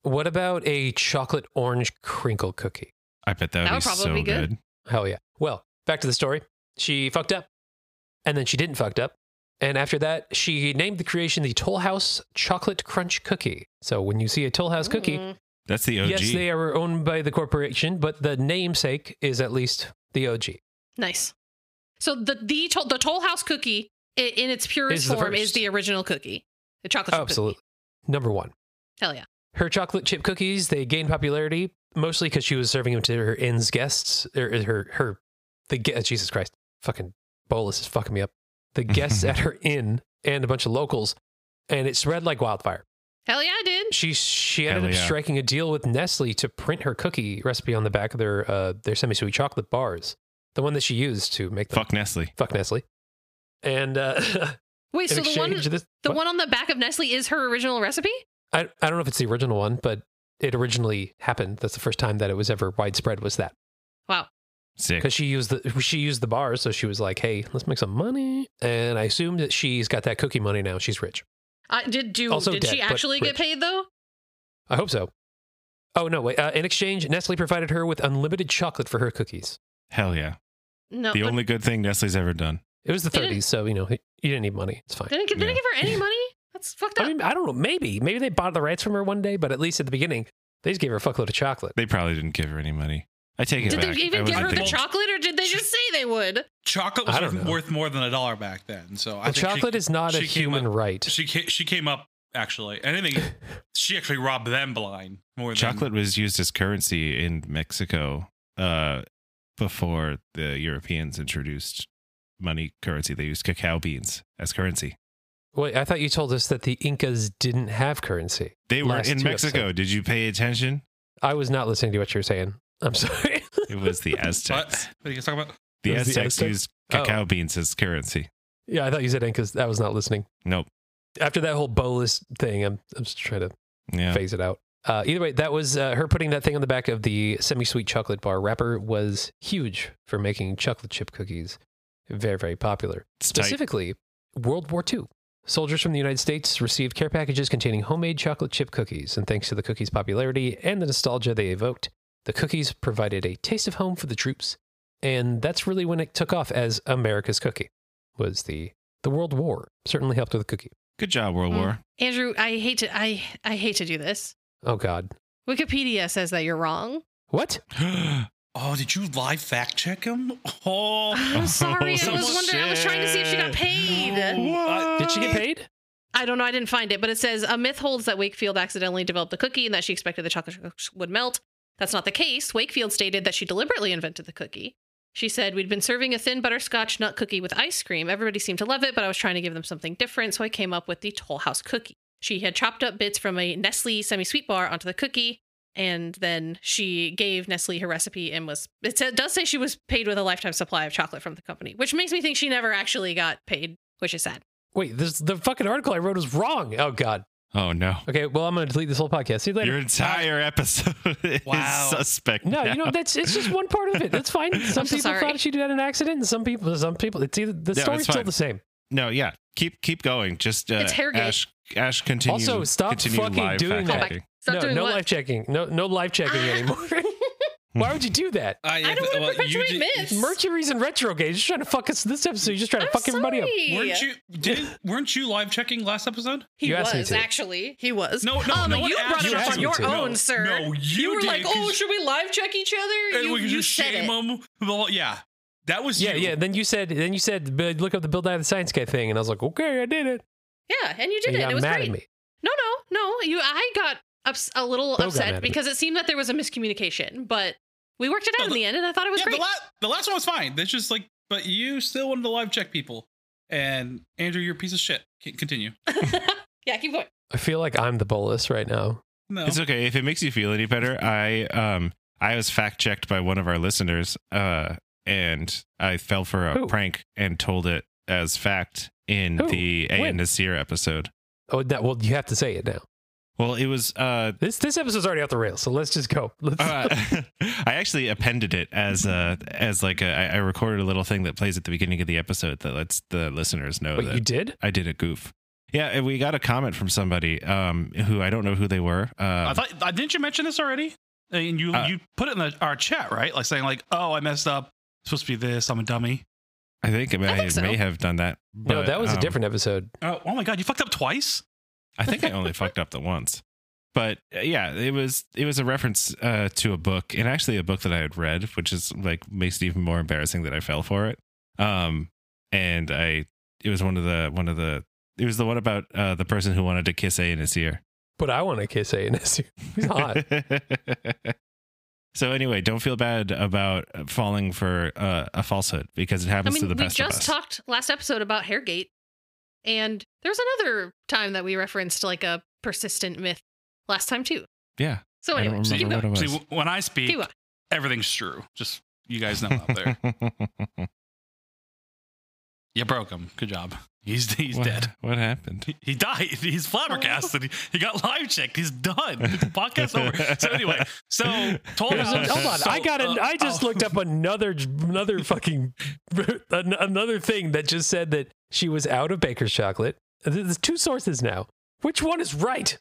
what about a chocolate orange crinkle cookie?
I bet that,
That
would
would
be
probably
so
be good.
good.
Hell yeah. Well, back to the story. She fucked up. And then she didn't fucked up. And after that, she named the creation the Toll House Chocolate Crunch Cookie. So when you see a Toll House cookie,
Mm.
That's the OG.
yes, they are owned by the corporation, but the namesake is at least the OG.
Nice. So the the Toll- the Toll House cookie i- in its purest
Is the
form is
first. Oh,
the original cookie, the chocolate chip
Absolutely. Number one.
cookie. Hell yeah.
Her chocolate chip cookies, they gained popularity mostly because she was serving them to her inn's guests. Or her, her, the guest, Jesus Christ, fucking bolus is fucking me up. The guests at her inn and a bunch of locals, and it spread like wildfire.
Hell yeah, I did.
She she ended
Hell
up
yeah.
striking a deal with Nestle to print her cookie recipe on the back of their uh, their semi sweet chocolate bars, the one that she used to make them
Fuck Nestle.
fuck Nestle. And uh,
Wait,
in
so the one
exchange, this-
the
what?
one on the back of Nestle is her original recipe?
I, I don't know if it's the original one, but it originally happened. That's the first time that it was ever widespread was that
Wow.
Sick.
because she used the she used the bar, so she was like, "Hey, let's make some money." And I assume that she's got that cookie money now. She's rich.
I did do
Also
did
dead,
she
but
actually get
rich.
paid though?
I hope so. Oh no, wait. Uh, in exchange, Nestle provided her with unlimited chocolate for her cookies.
Hell yeah.
No.
The
but
only good thing Nestle's ever done.
It was the
They didn't-
30s, so you know you didn't need money. It's fine.
they didn't, gi- they didn't give her any money? That's fucked up.
I mean, I don't know. Maybe maybe they bought the rights from her one day, but at least at the beginning, they just gave her a fuckload of chocolate.
They probably didn't give her any money. I take it
did
back.
they
I
even give
wasn't
her the
thinking-
chocolate or did they just say they would?
Chocolate
I don't
was worth,
know.
worth more than a dollar back then. So I
Well,
think she-
chocolate is not a
she came
human
up-
right.
She ca- she came up actually. Anything she actually robbed them blind more than
Chocolate was used as currency in Mexico uh, before the Europeans introduced money currency. They used cacao beans as currency.
Wait, I thought you told us that the Incas didn't have currency.
They were
Last
in
two
Mexico.
episodes.
Did you pay attention?
I was not listening to what you were saying. I'm sorry.
It was the
What?
Aztecs.
What are you guys talking about?
the
It was the
Aztecs,
Aztecs?
used
Oh.
cacao beans as currency.
yeah, I thought you said Incas. I was not listening.
Nope.
After that whole bolus thing, I'm, I'm just trying to
Yeah.
phase it out. Uh, either way, that was uh, her putting that thing on the back of the semi-sweet chocolate bar wrapper was huge for making chocolate chip cookies. Very, very popular.
It's tight.
Specifically, World War II. Soldiers from the United States received care packages containing homemade chocolate chip cookies, and thanks to the cookies' popularity and the nostalgia they evoked, the cookies provided a taste of home for the troops. And that's really when it took off as America's cookie. Was the the World War certainly helped with the cookie?
Good job, World
Mm.
War.
Andrew, I hate to I I hate to do this.
Oh God,
Wikipedia says that you're wrong.
what?
Oh, did you live fact check him? Oh,
I'm sorry. I was
Oh,
wondering. I was trying to see if she got
shit.
paid.
I-
Did she get paid?
I don't know. I didn't find it, but it says a myth holds that Wakefield accidentally developed the cookie and that she expected the chocolate chip would melt. That's not the case. Wakefield stated that she deliberately invented the cookie. She said, We'd been serving a thin butterscotch nut cookie with ice cream. Everybody seemed to love it, but I was trying to give them something different, so I came up with the Toll House cookie. She had chopped up bits from a Nestle semi sweet bar onto the cookie, and then she gave Nestle her recipe and was. It sa- does say she was paid with a lifetime supply of chocolate from the company, which makes me think she never actually got paid, which is sad.
Wait, this the fucking article I wrote is wrong. Oh God.
Oh no.
Okay, well I'm gonna delete this whole podcast. See you later.
Your entire episode is
Wow.
suspect.
no,
now.
you know that's it's just one part of it. That's fine. Some
so
people
sorry.
thought she did that in an accident, and some people, some people, it's either the
No,
story's
it's
still
fine.
the same.
No, yeah. Keep keep going. Just uh,
It's Harrogate.
Ash Ash continue.
Also, stop
continue
fucking
live
doing
fact
that.
checking.
Stop
no,
doing
no
what? Ah.
life checking. No, no life checking anymore. Why would you do that?
I,
I don't want to perpetuate myths.
Mercury's in retrograde. You're just trying to fuck us. This episode, you're just trying to
I'm
fuck everybody up.
sorry.
Weren't you didn't, weren't you live checking last episode?
He
You asked me
was
to.
actually. He was.
No, no,
um,
no one
You brought
asked
it
you.
up
You
on your
asked me to.
own,
No,
sir.
no, you
were
did,
like, "Oh,
'cause-
should we live check each other?"
And
you
we could
you
just
said
shame
it.
him. Well, yeah, that was
Yeah,
you.
yeah. Then you said, then you said, "But look up the Bill Nye the Science Guy thing, and I was like, okay, I did it.
Yeah, and you
and
did
you
it. and
got
it was
mad
great.
at me.
No, no, no. You, I got ups- a little
got mad
upset
at me.
because it seemed that there was a miscommunication, but we worked it
No,
out in
the-
the end, and I thought it was
yeah.
great.
The, la- the last one was fine. That's just like, but you still wanted to live check people. And Andrew, you're a piece of shit. C- continue.
yeah, keep going.
I feel like I'm the bolus right now.
No,
It's okay if it makes you feel any better. I um I was fact checked by one of our listeners, uh, and I fell for a
Who?
prank and told it as fact in
Who?
the A
When?
and Nasir episode.
Oh, that, well, you have to say it now.
Well, it was uh
This this episode's already off the rails, so let's just go. Let's,
Uh, I actually appended it as a as like a I I recorded a little thing that plays at the beginning of the episode that lets the listeners know
Wait,
that
you did?
I did a goof. Yeah, and we got a comment from somebody um who I don't know who they were. Um,
I thought I didn't you mention this already? And you
Uh,
you put it in the, our chat right, like saying like, oh, I messed up. It's supposed to be this. I'm a dummy.
I think I,
I think so.
may have done that. But,
no, that was
um,
a different episode.
Oh, oh my god, you fucked up twice.
I think I only fucked up the once. But uh, yeah, it was it was a reference uh, to a book, and actually a book that I had read, which is like makes it even more embarrassing that I fell for it. Um, and I it was one of the one of the it was the one about uh, the person who wanted to kiss A in his ear.
But I want to kiss ANSU. He's hot.
so anyway, don't feel bad about falling for uh, a falsehood because it
I
happens to
mean,
the
we
best of
just
us.
talked last episode about Hairgate, and there's another time that we referenced like a persistent myth last time too.
yeah,
So
I
anyway,
don't
keep
remember
going.
what it was.
See, w- when I speak,
Keep going.
everything's true. Just you guys know out there. You broke him. Good job. He's he's
what,
dead.
What happened?
He- He died. He's flabbergasted. He, he got live checked. He's done. The podcast over. So anyway, so told
Here's
us.
a-
uh,
hold on, I got. An, I
Oh.
just looked up another, another fucking, an- another thing that just said that she was out of baker's chocolate. There's two sources now. Which one is right?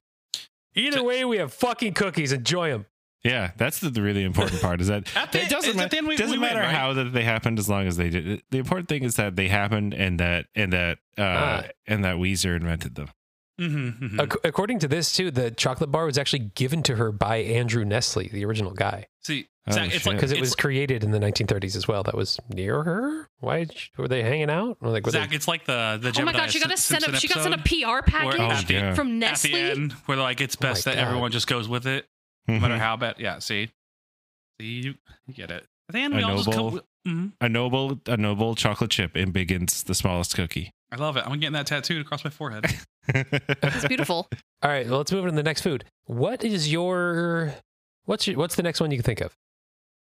Either way, we have fucking cookies. Enjoy them.
Yeah, that's the, the really important part. Is that
At the-
it doesn't,
at
ma-
the end we-
doesn't
we win,
matter
right?
how that they happened as long as they did. The important thing is that they happened and that and that uh,
Ah.
and that Weezer invented them.
Mm-hmm,
Ac- according to this, too, the chocolate bar was actually given to her by Andrew Nestle, the original guy,
See,
Oh,
Zach, it's
shit.
like
because it
it's
was created in the 1930s as well. That was near her. Why did she- were they hanging out? Or like, were they-
Zach, it's like the the.
oh my
Gemini
god, she got a
Sim-
sent a
Simpson
she got sent a
episode um,
PR
where
package
at the-
Oh, yeah.
from
At the
Nestle.
end, where they're like, it's
Oh my
best that
God. Mm-hmm.
everyone just goes with it, no
Mm-hmm.
matter how bad. Yeah, see, see, you, you get it. At the end,
A
we all just
noble-
come. Mhm.
A noble, a noble chocolate chip and begins the smallest cookie.
I love it. I'm getting that tattooed across my forehead.
It's beautiful.
All right, well, let's move on to the next food. What is your what's your, what's the next one you can think of?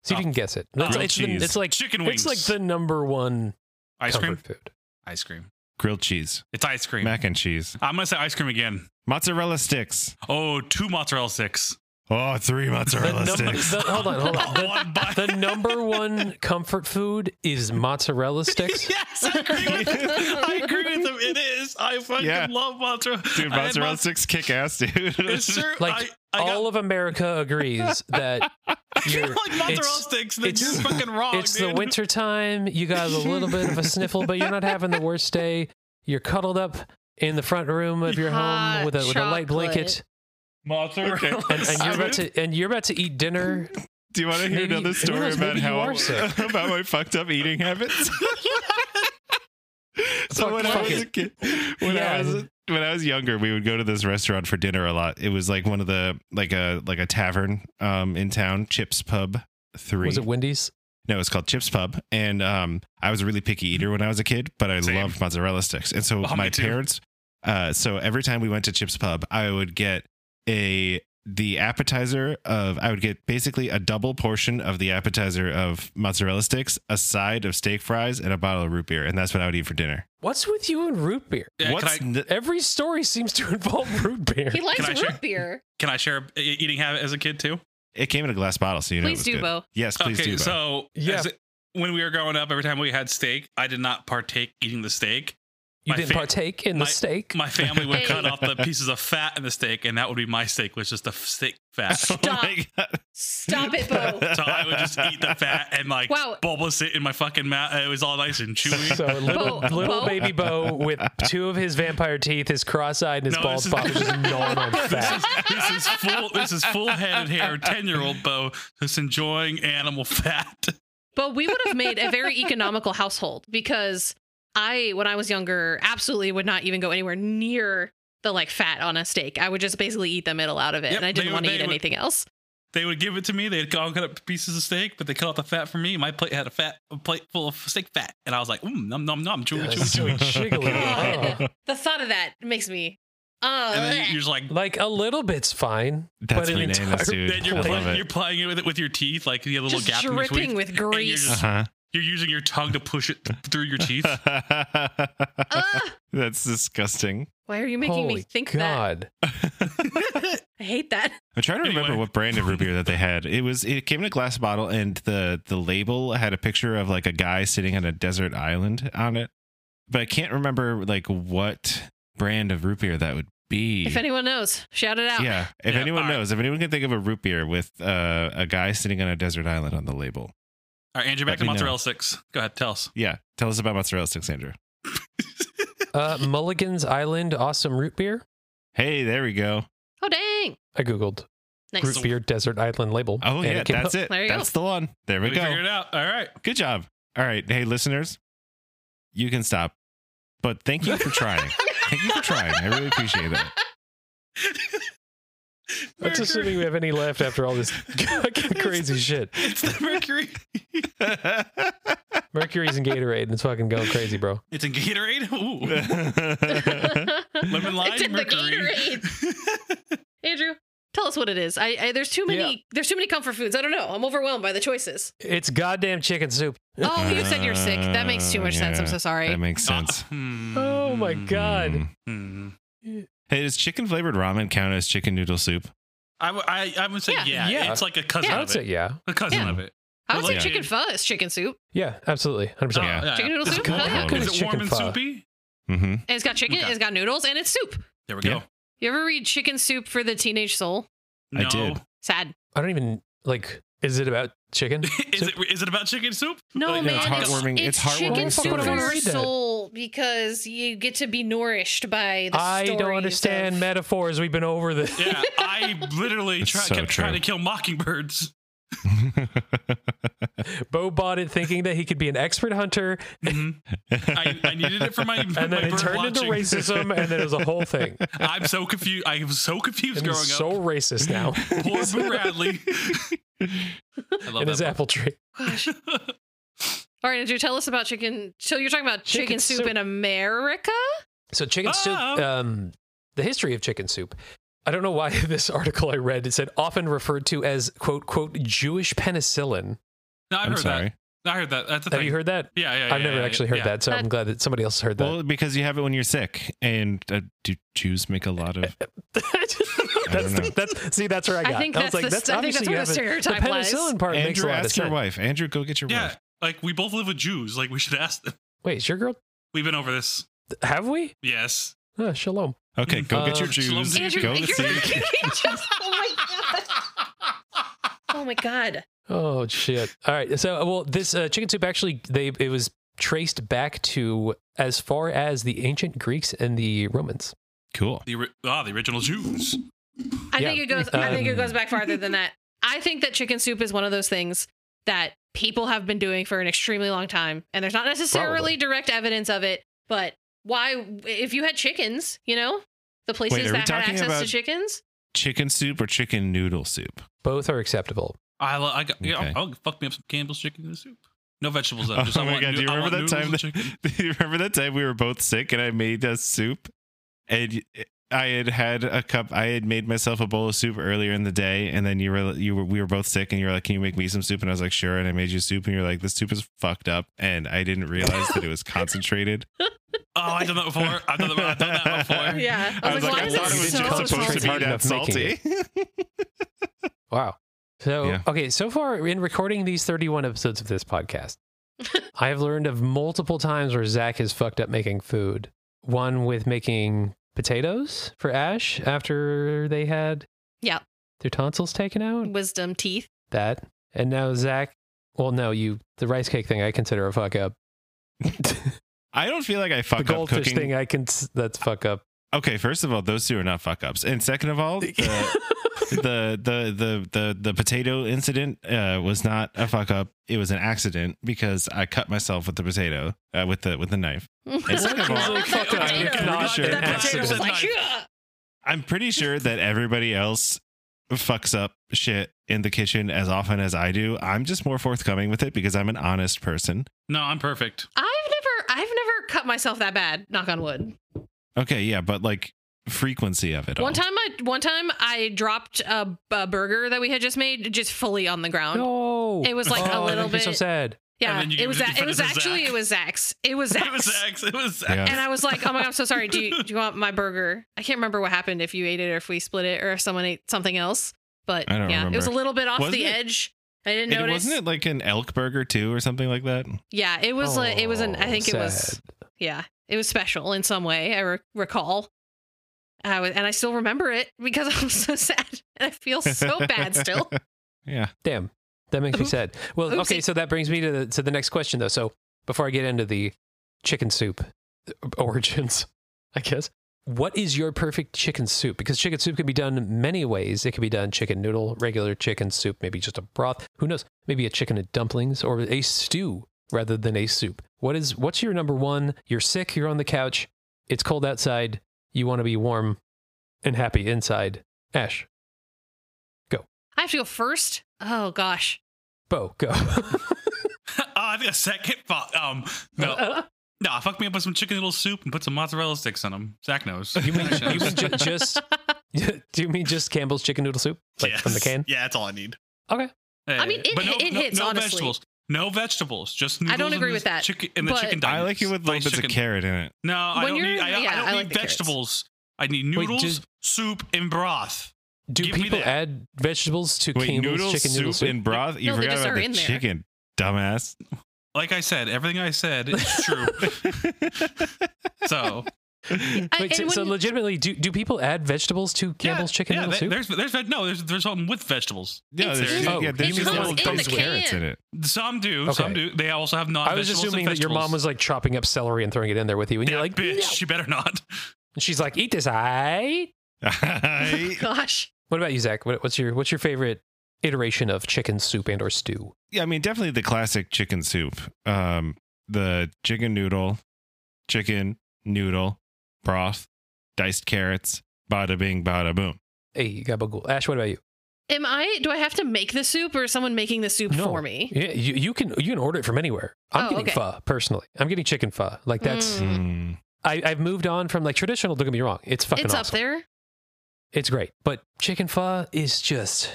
See if
Oh,
you can guess it. That's-
grilled
it's, the-
cheese.
it's like
Chicken wings.
it's like the number one
ice cream.
comfort food.
Ice cream.
Grilled cheese,
It's ice cream.
mac and cheese,
I'm gonna say ice cream again.
mozzarella sticks.
Oh, two mozzarella sticks.
Oh, three
The
mozzarella
number,
sticks.
the, hold on, hold on. The,
One bite.
the number one comfort food is mozzarella sticks.
Yes, I agree with him. I agree with him. It is. I fucking
Yeah.
love mozzarella.
Dude,
I had
mozzarella
mozz-
sticks kick ass, dude.
It's true.
Like,
I, I got,
All of America agrees that you're,
like mozzarella
it's,
sticks. They're
it's-
just fucking wrong.
it's the
dude.
winter time. You got a little bit of a sniffle, but you're not having the worst day. You're cuddled up in the front room of your home
Hot
with a, with a light blanket.
chocolate.
Mozzarella.
Okay.
and, and you're about to and you're about to eat dinner.
Do you want to hear
Maybe-
another
who
story
knows,
about
maybe you
how
are sick.
about my fucked up eating habits? so
Fuck-
when I
fuck
was
it.
a kid, when I
Yeah.
was when I was younger, we would go to this restaurant for dinner a lot. It was like one of the like a like a tavern um in town, Chips Pub Three.
Was it Wendy's?
No, it's called Chips Pub, and um, I was a really picky eater when I was a kid, but I
Same.
loved mozzarella sticks, and so
Oh, me
my
too.
parents. Uh, so every time we went to Chips Pub, I would get a the appetizer of I would get basically a double portion of the appetizer of mozzarella sticks, a side of steak fries, and a bottle of root beer, and that's what I would eat for dinner.
What's with you and root beer?
Yeah, can,
What's
I,
n-
Every story seems to involve root beer.
He likes
I
root
share?
beer.
can I share a- e- eating habit as a kid too?
it came in a glass bottle, so you know. it
Please
was
do,
good.
Bo.
Yes, please
okay,
do. Bo.
so
Yeah.
as it- when we were growing up, every time we had steak, I did not partake eating the steak.
You
my
didn't
fa-
partake in
my-
the steak.
My family would
Hey.
cut off the pieces of fat in the steak, and that would be my steak, was just the f- steak fat. so
Oh my God.
Stop it, Bo.
I would just eat the fat and like
Wow.
bulbous it in my fucking mouth. It was all nice and chewy.
so little,
Bo-
little
Bo-
baby Bo with two of his vampire teeth, his cross-eyed, and his
No,
bald
this is-
spot was just gnawing on fat.
this is full. This is full headed hair. Ten year old Bo just enjoying animal fat.
But we would have made a very economical household because I, when I was younger, absolutely would not even go anywhere near the like fat on a steak. I would just basically eat the middle out of it,
Yep,
and I
they
didn't want to
would-
eat
they would-
anything else.
They would give it to me. They'd all cut up pieces of steak, but they cut out the fat for me. My plate had a fat a plate full of steak fat, and I was like, mm, nom nom nom, chewy chewy
So
chewy.
jiggly.
God.
Oh.
The thought of that makes me. Oh,
And then you're just like,
Like a little bit's fine. but
That's
an
bananas,
entire-
dude.
then you're
I
playing,
love it.
you're playing it with it with your teeth, like you have a little
just
gap in between.
dripping with
you're
grease.
just-
Uh
You're using your tongue to push it th- through your teeth.
huh.
Ugh,
Uh-huh. That's disgusting.
uh, why are you making
Holy
me think that?
God.
I hate that.
I'm trying to remember
Anyway.
what brand of root beer that they had. It was it came in a glass bottle and the the label had a picture of like a guy sitting on a desert island on it. But I can't remember like what brand of root beer that would be.
If anyone knows, shout it out.
yeah, if
Yeah,
anyone
all right.
knows, if anyone can think of a root beer with uh, a guy sitting on a desert island on the label,
All right, Andrew, back
Let
to
me know.
mozzarella sticks. Go ahead, tell us.
yeah, tell us about mozzarella sticks, Andrew.
Uh, Mulligan's Island Awesome Root Beer.
Hey, there we go.
Oh dang!
I Googled
Nice.
root beer desert island label.
Oh
and
yeah,
came
that's it.
There you
That's the one. There we
We
go.
figured it out. All right.
Good job. All right. Hey, listeners, you can stop. But thank you for trying. thank you for trying. I really appreciate that.
That's assuming we have any left after all this fucking crazy shit.
It's the mercury.
Mercury's in Gatorade and it's fucking going crazy, bro.
It's in Gatorade. Ooh.
It's
Lemon lime
in the
mercury.
Gatorade. Andrew, Tell us what it is. I, I there's too many
Yeah.
there's too many comfort foods. I don't know. I'm overwhelmed by the choices.
It's goddamn chicken soup.
Oh, you said you're sick. That makes too
Uh,
much sense. I'm so
Yeah,
sorry.
That makes sense.
Oh my god.
Mm.
Hmm.
Hey, does chicken flavored ramen count as chicken noodle soup?
I, w- I, I would say
Yeah.
yeah.
Yeah.
It's like a cousin
I
of
would
it.
say yeah.
A cousin
Yeah.
of it.
I would
Well,
say
oh, yeah.
chicken pho is chicken soup.
Yeah, absolutely. 100%.
Yeah.
Oh,
Chicken noodle
It's
soup?
cold.
Hell yeah.
Good
Is
as
it warm
chicken
and
pho.
soupy?
Mm-hmm.
And it's got chicken,
Okay.
it's got noodles, and it's soup.
There we
Yeah.
go.
You ever read Chicken Soup for the Teenage Soul?
I
No.
did.
Sad.
I don't even like is it about chicken?
is
soup?
it is it about chicken soup?
No,
Like,
man,
it's
it's,
heartwarming-
It's,
it's
chicken
heartwarming
soup
stories.
for your
Read that.
soul because you get to be nourished by the
I don't
stories
understand
of-
metaphors. We've been over this.
Yeah, I literally
It's
try,
so
kept
true.
trying to kill mockingbirds.
Bo bought it thinking that he could be an expert hunter,
Mhm. I, I needed it for my, my
and then it
bird
turned
watching.
into racism, and then it was a whole thing.
I'm so confused. I was so confused
And
growing
he's so
up.
racist now
Poor Boo Radley. I love
in his
that.
apple tree.
Gosh. All right, Andrew, tell us about chicken. So you're talking about chicken,
Chicken
soup,
soup.
in America?
So chicken soup,
Oh.
um, the history of chicken soup. I don't know why this article I read it said often referred to as quote quote Jewish penicillin.
No, I've
I'm
heard
sorry.
that. I heard that. That's the
Have
thing.
you heard that?
Yeah, yeah. yeah,
I've never
yeah,
actually
yeah,
heard
yeah.
that, so I'm
That-
glad that somebody else heard
Well, because you have it when you're sick, and uh, do Jews make a lot of.
that. that's,
know.
that's see, that's where I got.
I think
I
that's
was like,
the,
that's
I think
obviously
that's where the
you
stereotype
haven't-
lies.
the penicillin part makes a
Andrew,
lot of
ask your
sense.
wife. Andrew, go get your
Yeah,
wife.
like we both live with Jews. Like we should ask them.
Wait, is your girl?
We've been over this.
Have we?
Yes.
Oh, shalom.
Okay, go get your
Uh,
Jews.
Shalom
Andrew,
go
you're
to
not
see.
kidding. Just- oh my god. Oh my god.
Oh shit! All right, so well, this uh, chicken soup actually they it was traced back to as far as the ancient Greeks and the Romans.
Cool.
the ori- ah the original Jews.
I
Yeah.
think it goes. I think it
Um,
goes back farther than that. I think that chicken soup is one of those things that people have been doing for an extremely long time, and there's not necessarily
Probably.
direct evidence of it. But why, if you had chickens, you know, the places
Wait, are we
that had
talking
access to
about-
chickens.
Chicken soup or chicken noodle soup?
Both are acceptable.
I lo- I got yeah.
Okay.
I'll, I'll fuck me up some Campbell's chicken and soup. No vegetables though. Just,
oh
I
my
want
god!
noo-
do you
I
remember that
want
time?
noodles
That,
and chicken.
do you remember that time we were both sick and I made us soup, and y- I had had a cup. I had made myself a bowl of soup earlier in the day, and then you were you were we were both sick, and you were like, "Can you make me some soup?" And I was like, "Sure." And I made you soup, and you're like, "This soup is fucked up," and I didn't realize that it was concentrated.
Oh, I've done that before. I've done that, I've done that before.
Yeah. I was like, why
I
is it
thought it was
so
just supposed to
salty?
be that salty.
Wow. So
Yeah.
okay, so far in recording these 31 episodes of this podcast, I have learned of multiple times where Zach has fucked up making food. One with making potatoes for Ash after they had
Yeah.
their tonsils taken out.
Wisdom teeth.
that. And now Zach, well, no, you the rice cake thing I consider a fuck up.
I don't feel like I
the
fuck up
goldfish
cooking.
thing I can that's fuck up.
okay, first of all, those two are not fuck ups, and second of all, the, the the the the the potato incident uh, was not a fuck up. It was an accident because I cut myself with the potato uh, with the with the knife. And second of all,
Like, fuck
up.
I'm,
Potato.
pretty
Not
sure,
that potato's
Potatoes
an
like,
accident.
"Yeah."
I'm pretty sure that everybody else fucks up shit in the kitchen as often as I do. I'm just more forthcoming with it because I'm an honest person.
No, I'm perfect.
I've never, I've never cut myself that bad. Knock on wood.
Okay, yeah, but like frequency of it. all.
One time, I one time I dropped a, a burger that we had just made just fully on the ground.
No,
Um, It was, like, a
oh, that
little
makes me So
bit-
sad.
Yeah,
And then you
it was
give it
that.
to
It was
Zach.
actually it was Zach's. It was
It was
Zach's.
X. It was X.
Yeah.
And I was like, "Oh my god, I'm so sorry. Do you do you want my burger?" I can't remember what happened if you ate it or if we split it or if someone ate something else. But
I
yeah,
don't
it was a
remember.
little bit off
Wasn't
the
it-
edge. I didn't
It,
notice.
wasn't it like an elk burger too, or something like that?
Yeah, it was. like, it was an. I
Oh,
think it was.
sad.
Yeah, it was special in some way. I re- recall. I was, and I still remember it because I'm so sad and I feel so bad still.
yeah.
Damn, that makes me
Oop-
sad. Well, okay,
oopsie.
so that brings me to the, to the next question though. So before I get into the chicken soup origins, I guess. What is your perfect chicken soup? Because chicken soup can be done many ways. It can be done chicken noodle, regular chicken soup, maybe just a broth. Who knows? Maybe a chicken and dumplings or a stew rather than a soup. What is what's your number one? You're sick, you're on the couch, it's cold outside, you want to be warm and happy inside. Ash,
I have to go first. Oh gosh.
Bo, go.
oh, I think a second. Fuck. Um, no,
Uh,
no. Fuck me up with some chicken noodle soup and put some mozzarella sticks on them. Zach knows.
You mean,
Zach knows.
you mean ju- just Do you mean just Campbell's chicken noodle soup, like from the
Yes.
can?
Yeah, that's all I need.
Okay.
I mean, it-
But no,
it
no,
hits,
no
honestly.
vegetables. No vegetables. Just
I
noodles
don't agree
and
with
the
that,
Chicken and the
but-
chicken.
I like it with little
diced
bits of
chicken.
carrot in it.
No, I
When
don't
you're-
need. I,
yeah,
I don't
I like
need
the carrots.
vegetables. I need noodles,
just-
soup, and broth.
Do
Give me
people
that.
add vegetables to
Wait,
Campbell's
noodle
chicken
soup,
noodle soup?
and broth? You
No, they
forgot
just
about
are in
the
there.
chicken, dumbass.
Like I said, everything I said is true. so
I-
Wait, so,
and
so
when-
legitimately, do, do people add vegetables to Campbell's
yeah,
chicken
yeah,
noodle
there-
soup?
There's, there's, veg- no, there's, there's something with vegetables.
No,
It's
there's,
in-
yeah,
Oh,
there's
it
just
comes
little
in the
diced carrots
can.
in it.
Some do,
Okay.
some do. They also have non.
I was assuming that your mom was like chopping up celery and throwing it in there with you, and
Yeah,
you're like,
bitch.
"No."
She better not.
And she's like, "Eat this, I."
I,
Oh, Gosh.
What about you, Zach? What, what's your what's your favorite iteration of chicken soup and or stew?
yeah, I mean, definitely the classic chicken soup. Um, the chicken noodle, chicken noodle, broth, diced carrots, bada bing, bada boom.
Hey, gabagool. Ash, what about you?
Am I do I have to make the soup or is someone making the soup
No.
for me?
Yeah, you, you can you can order it from anywhere. I'm
Oh,
getting
okay.
pho personally. I'm getting chicken pho. Like that's
Mm.
Mm.
I, I've moved on from like traditional. Don't get me wrong, it's fucking
It's
awesome.
up there.
It's great, but chicken pho is just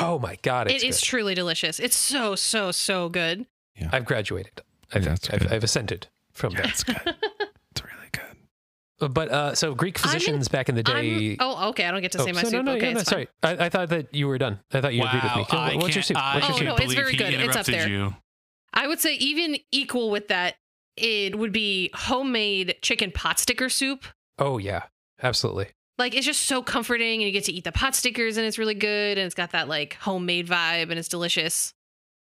oh my god,
It's
it's good.
truly delicious. It's so so so good.
I've graduated. I've,
Yeah, it's
I've,
good.
I've ascended from
Yeah, it's Mm. good. it's really good.
that. But uh, so Greek
I'm in-
physicians back in the day.
I'm, oh, okay. I don't get to say my
so
soup.
no, no,
okay,
yeah, no,
it's fine.
sorry. I, I thought that you were done. I thought you agreed with me.
I
What's your
can't-
soup?
I
What's your soup?
Oh,
can't
no, it's
believe
very
he
good. It's up
interrupted
there.
You.
I would say even equal with that, it would be homemade chicken pot sticker soup.
Oh yeah, absolutely.
Like it's just so comforting, and you get to eat the pot stickers, and it's really good, and it's got that like homemade vibe, and it's delicious.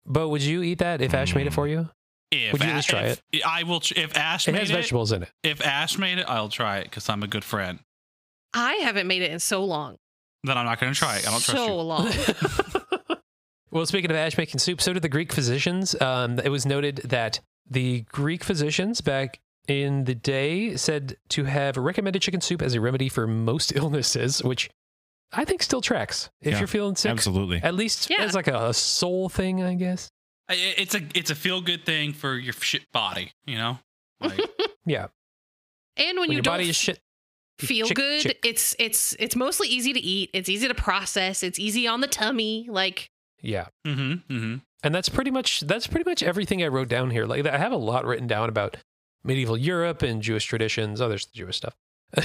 But would you eat that if Ash made it
Mm.
for you?
If
Would you
A-
at least try
if, it? I will. tr- If Ash
It
made
has vegetables in it.
it, if Ash made it, I'll try it because I'm a good friend.
I haven't made it in so long.
Then I'm not gonna try it. I don't
so
trust you.
long.
well, speaking of ash making soup, so did the Greek physicians. Um, it was noted that the Greek physicians back in the day said to have recommended chicken soup as a remedy for most illnesses, which I think still tracks. If
Yeah,
you're feeling sick,
Absolutely.
at least
Yeah.
as like a, a soul thing, I guess.
I- i- It's a it's a feel good thing for your shit body. You know, like,
Yeah,
And when,
when
you
your
don't
body is shit,
feel
chick-
good,
chick.
it's it's it's mostly easy to eat. It's easy to process. It's easy on the tummy. Like
yeah.
mm-hmm, mm-hmm.
And that's pretty much that's pretty much everything I wrote down here. Like I have a lot written down about medieval Europe and Jewish traditions, other Jewish stuff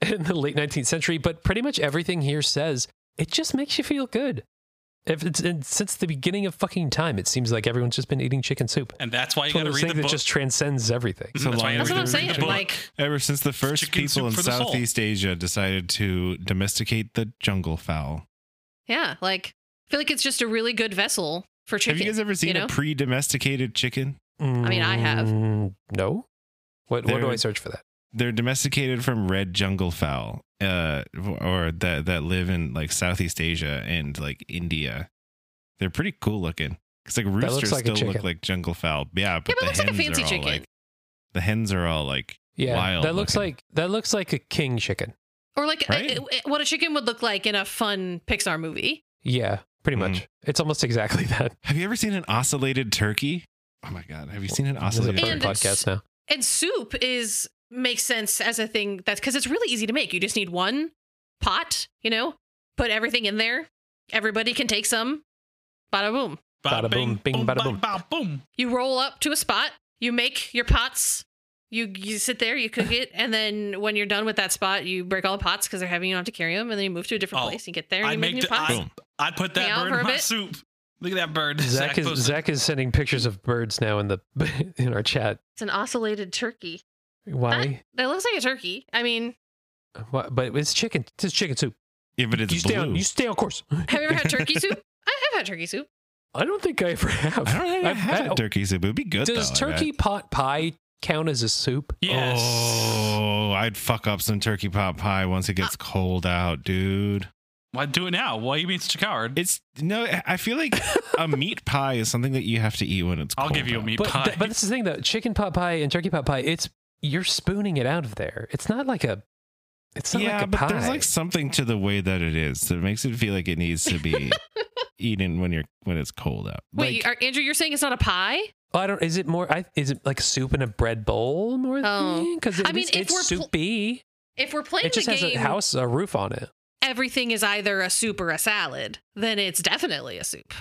in the late 19th century. But pretty much everything here says it just makes you feel good. If it's and since the beginning of fucking time, it seems like everyone's just been eating chicken soup.
and that's why you
It's one
gotta
of those
read
things
the
that
book.
just transcends everything.
Mhm, that's why you
that's
gotta
what I'm
read the
saying.
book.
Like
Ever since the first
Chicken soup
people in
for the soul.
Southeast Asia decided to domesticate the jungle fowl.
yeah, like I feel like it's just a really good vessel for chicken.
Have you guys ever seen
you know?
a pre-domesticated chicken?
I
mean, I have.
Mm, no. What what do
There-
I search for that?
They're domesticated from red jungle fowl, uh, or that that live in like Southeast Asia and like India. They're pretty cool looking. Cause like
looks
roosters
like a
still
chicken.
look like jungle fowl. Yeah, but,
but it
the
looks like
hens
a fancy
are all
chicken.
like the hens are all like
Yeah,
wild.
that looks
looking.
like that looks like a king chicken.
or like a-
Right?
a- what a chicken would look like in a fun Pixar movie.
Yeah, pretty
Hmm.
Mm.
much. It's almost exactly that.
Have you ever seen an oscillated turkey? Oh my god, have you seen an
This is a
oscillated?
fun
And-
turkey?
podcast now.
And soup is makes sense as a thing that's because it's really easy to make. You just need one pot, you know, put everything in there. Everybody can take some. Bada boom.
Bada boom, bing, bada boom.
bada boom.
You roll up to a spot. You make your pots. You you sit there. You cook it, and then when you're done with that spot, you break all the pots because they're heavy. You don't have to carry them, and then you move to a different
Oh,
place. You get there. And
I
you make,
make the-
new pots.
I-
Boom.
I put
Hang
that
out
bird
for
in
a
my
bit.
soup. Look at that bird.
Zach is
posted.
Zach is sending pictures of birds now in the in our chat.
It's an oscillated turkey.
Why?
That looks like a turkey. I mean,
Why? But it's chicken. It's chicken soup.
Yeah, but it's
you
blue.
stay on. You stay on course.
have you ever had turkey soup? I have had turkey soup.
I don't think I ever have.
I don't know. I
I've
had
had-
turkey soup. It'd be good.
Does
though, I
turkey pot pie count as a soup?
bet.
Yes.
Oh, I'd fuck up some turkey pot pie once it gets
Uh,
cold out, dude.
Why do it now? Why are you being such a coward?
It's no. I feel like a meat pie is something that you have to eat when it's.
I'll
cold
give you a
out.
meat
But
pie.
th- but that's the thing though. Chicken pot pie and turkey pot pie. It's you're spooning it out of there. It's not like a. It's not
yeah,
like a
but
pie.
there's like something to the way that it is that makes it feel like it needs to be eaten when you're when it's cold out.
Wait,
Like,
are, Andrew, you're saying it's not a pie?
oh, I don't. Is it more? I, is it like soup in a bread bowl more?
Oh.
Because
I mean, if
it's
we're pl-
soupy.
If we're playing
It just
the
has a
game,
house, a roof on it.
everything is either a soup or a salad, then it's definitely a soup.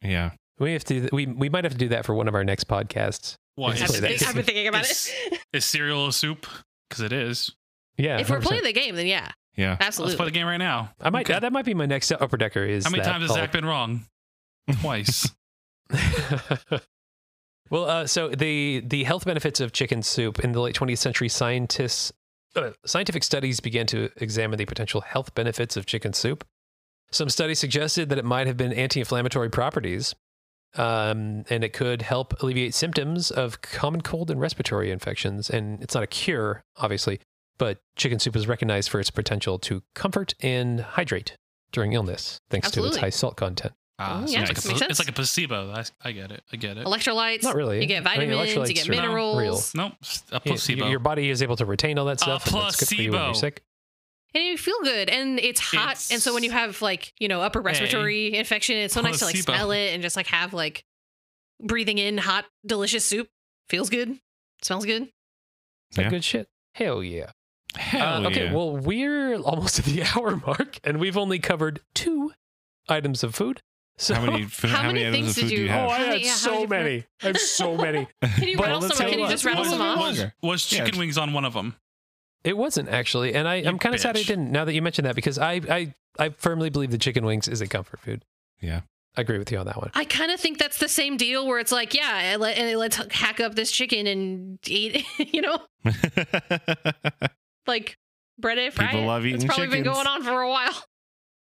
Yeah.
We have to. We we might have to do that for one of our next podcasts.
Why?
Just
I've
play
been,
that
I've been thinking about
It's-
it.
Is cereal a soup? Because it is.
Yeah,
if we're
100%.
playing the game, then yeah,
Yeah.
absolutely.
Let's play the game right now.
I might
Okay.
that, that might be my next upper decker. Is
How many
that
times has
whole-
Zach been wrong? Twice.
well, uh, so the the health benefits of chicken soup in the late 20th century, scientists uh, scientific studies began to examine the potential health benefits of chicken soup. Some studies suggested that it might have been anti-inflammatory properties, um, and it could help alleviate symptoms of common cold and respiratory infections. And it's not a cure, obviously, but chicken soup is recognized for its potential to comfort and hydrate during illness, thanks to
Absolutely.
its high salt content.
Ah,
Oh,
so
yeah,
it's, like a,
makes
pla-
sense.
it's like a placebo. I, I get it. I get it.
Electrolytes.
Not really.
You get
I mean,
vitamins. you
electrolytes
get
are not
minerals.
Nope. A
Y- y-
placebo.
Your body is able to retain all that
Uh,
A
stuff. and that's good for you when you're
placebo.
sick.
And you feel good, and it's hot. and so when you have like you know upper respiratory infection, it's so nice to like
placebo.
smell it and just like have like breathing in hot, delicious soup. Feels good. Smells good.
Is that
Yeah.
good shit? Hell yeah.
Hell
Uh, okay,
yeah.
well, we're almost at the hour mark, and we've only covered two items of food. So,
how many f-
How
how many
many
items
things
of
did
food do you
you-
Oh,
have?
I
How
had
many- yeah, how
so
many-
many. I have so many.
Can you
But
rattle
let's
some?
tell
Can you
you
just
what,
rattle
it's
some
one of
off?
those-
was, was
Yeah,
chicken
it's-
wings on one of them?
It wasn't actually, and I,
You
I'm kind of sad I
bitch.
didn't. Now that you mentioned that, because I, I, I firmly believe that chicken wings is a comfort food.
Yeah.
I agree with you on that one.
I kind of think that's the same deal where it's like, yeah, let, and let's hack up this chicken and eat, you know, like bread and fry.
People
it.
love
It's
eating
probably been
chickens.
going on for a while.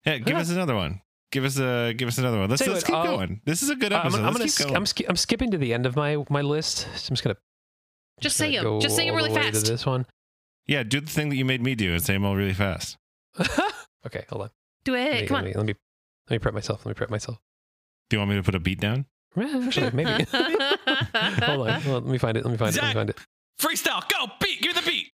Yeah, give us another one. Give us a give us another one. Let's,
Tell you
let's
what,
keep
I'll-
going. This is a good
Uh, I'm,
episode.
I'm, gonna,
let's
sk-
keep
I'm,
going.
sk- I'm skipping to the end of my, my list. So I'm just gonna
Just
gonna
say 'em.
go
Just say 'em
all the
really
way to
fast.
This one.
Yeah, do the thing that you made me do and say them all really fast.
okay, hold on.
Do
Let
it.
me-
Come on.
let me, let me let me prep myself. Let me prep myself.
Do you want me to put a beat down?
Actually, maybe. Hold on. Let me find it. Let me find it. Let me
Zach.
find it.
Freestyle. Go. Beat. Give me the beat.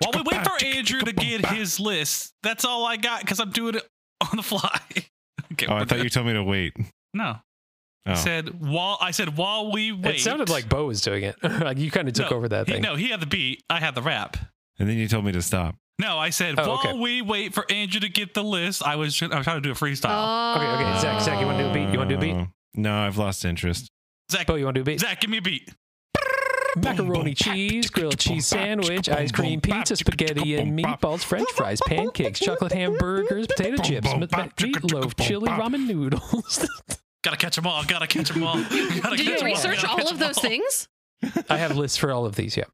While we wait for Andrew to get his list, that's all I got because I'm doing it on the fly. okay.
Oh, I
we're
thought
good.
you told me to wait.
No. I
Oh.
said while I said while we wait.
It sounded like Bo was doing it. like you kind of took
No,
over that
he,
thing.
no. He had the beat. I had the rap.
And then you told me to stop.
No, I said
Oh,
while
okay.
we wait for Andrew to get the list. I was I was trying to do a freestyle.
Oh.
Okay, okay, Zach, Zach, you wanna do a beat? You wanna do a beat?
Oh. No, I've lost interest.
Zach,
Bo, you want to do a beat?
Zach, give me a beat.
Macaroni cheese, grilled cheese sandwich, ice cream, pizza, spaghetti and meatballs, french fries, pancakes, chocolate hamburgers, potato chips, m- meatloaf, chili, ramen noodles.
Gotta catch them all. Gotta catch them all. Gotta
Did
catch 'em
you
all,
research
gotta
all
catch
of
'em
those
all.
things?
I have lists for all of these, yeah.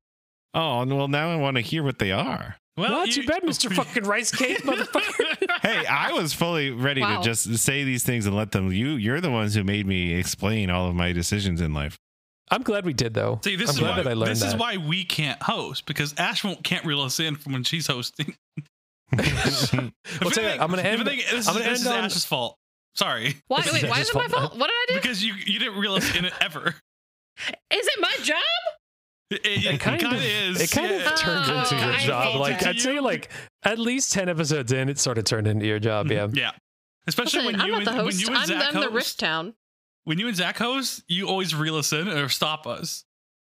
Oh, and well, now I want to hear what they are.
Well,
Not too bad, Mr. fucking rice cake, motherfucker.
Hey, I was fully ready
Wow.
to just say these things and let them. You, you're the ones who made me explain all of my decisions in life.
I'm glad we did though.
See, this
I'm
is
glad
why
that I learned
this is
that.
why we can't host because Ash won't can't reel us in from when she's hosting.
Well, tell you what, I'm gonna end.
If anything, this
I'm gonna
is, this
end
is
on-
Ash's fault. Sorry,
Why?
This is
Wait, why is
Zach's
it my
fault.
fault? What did I do?
because you you didn't reel us in it ever.
Is it my job?
It, it,
It kind
kinda
of
is.
It kind
yeah.
of turned
Oh,
into your
I
job.
hate
Like
that.
I'd say, like at least ten episodes in, it sort of turned into your job. Yeah.
yeah. Especially
Listen,
when
I'm
you
not
and,
the
when
host.
you and
I'm,
Zach
I'm the
host,
Rift Town.
when you and Zach host, you always reel us in or stop us.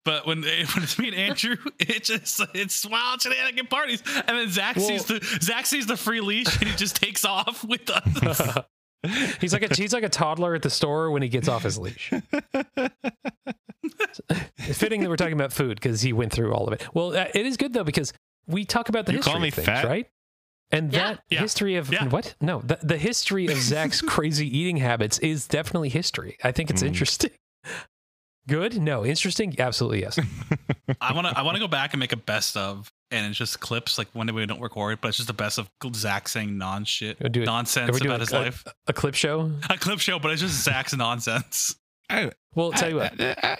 But when when it's me and Andrew, it just it's wild shenanigan parties. And then Zach
Well-
sees the Zach sees the free leash and he just takes off with us.
he's like a he's like a toddler at the store when he gets off his leash. It's fitting that we're talking about food because he went through all of it. Well, uh, it is good though because we talk about the
You
history
call me
of things,
fat?
right? And
Yeah.
that
Yeah.
history of
Yeah.
what? No, the, the history of Zach's crazy eating habits is definitely history. I think it's
Mm.
interesting. Good? No. Interesting? Absolutely yes.
I want to I want to go back and make a best of, and it's just clips like when we don't record, but it's just the best of Zach saying non shit
We'll do it. Are
nonsense
we doing
about his
a-
life.
A clip show?
A clip show, but it's just Zach's nonsense.
I,
Well, tell you what.
Uh,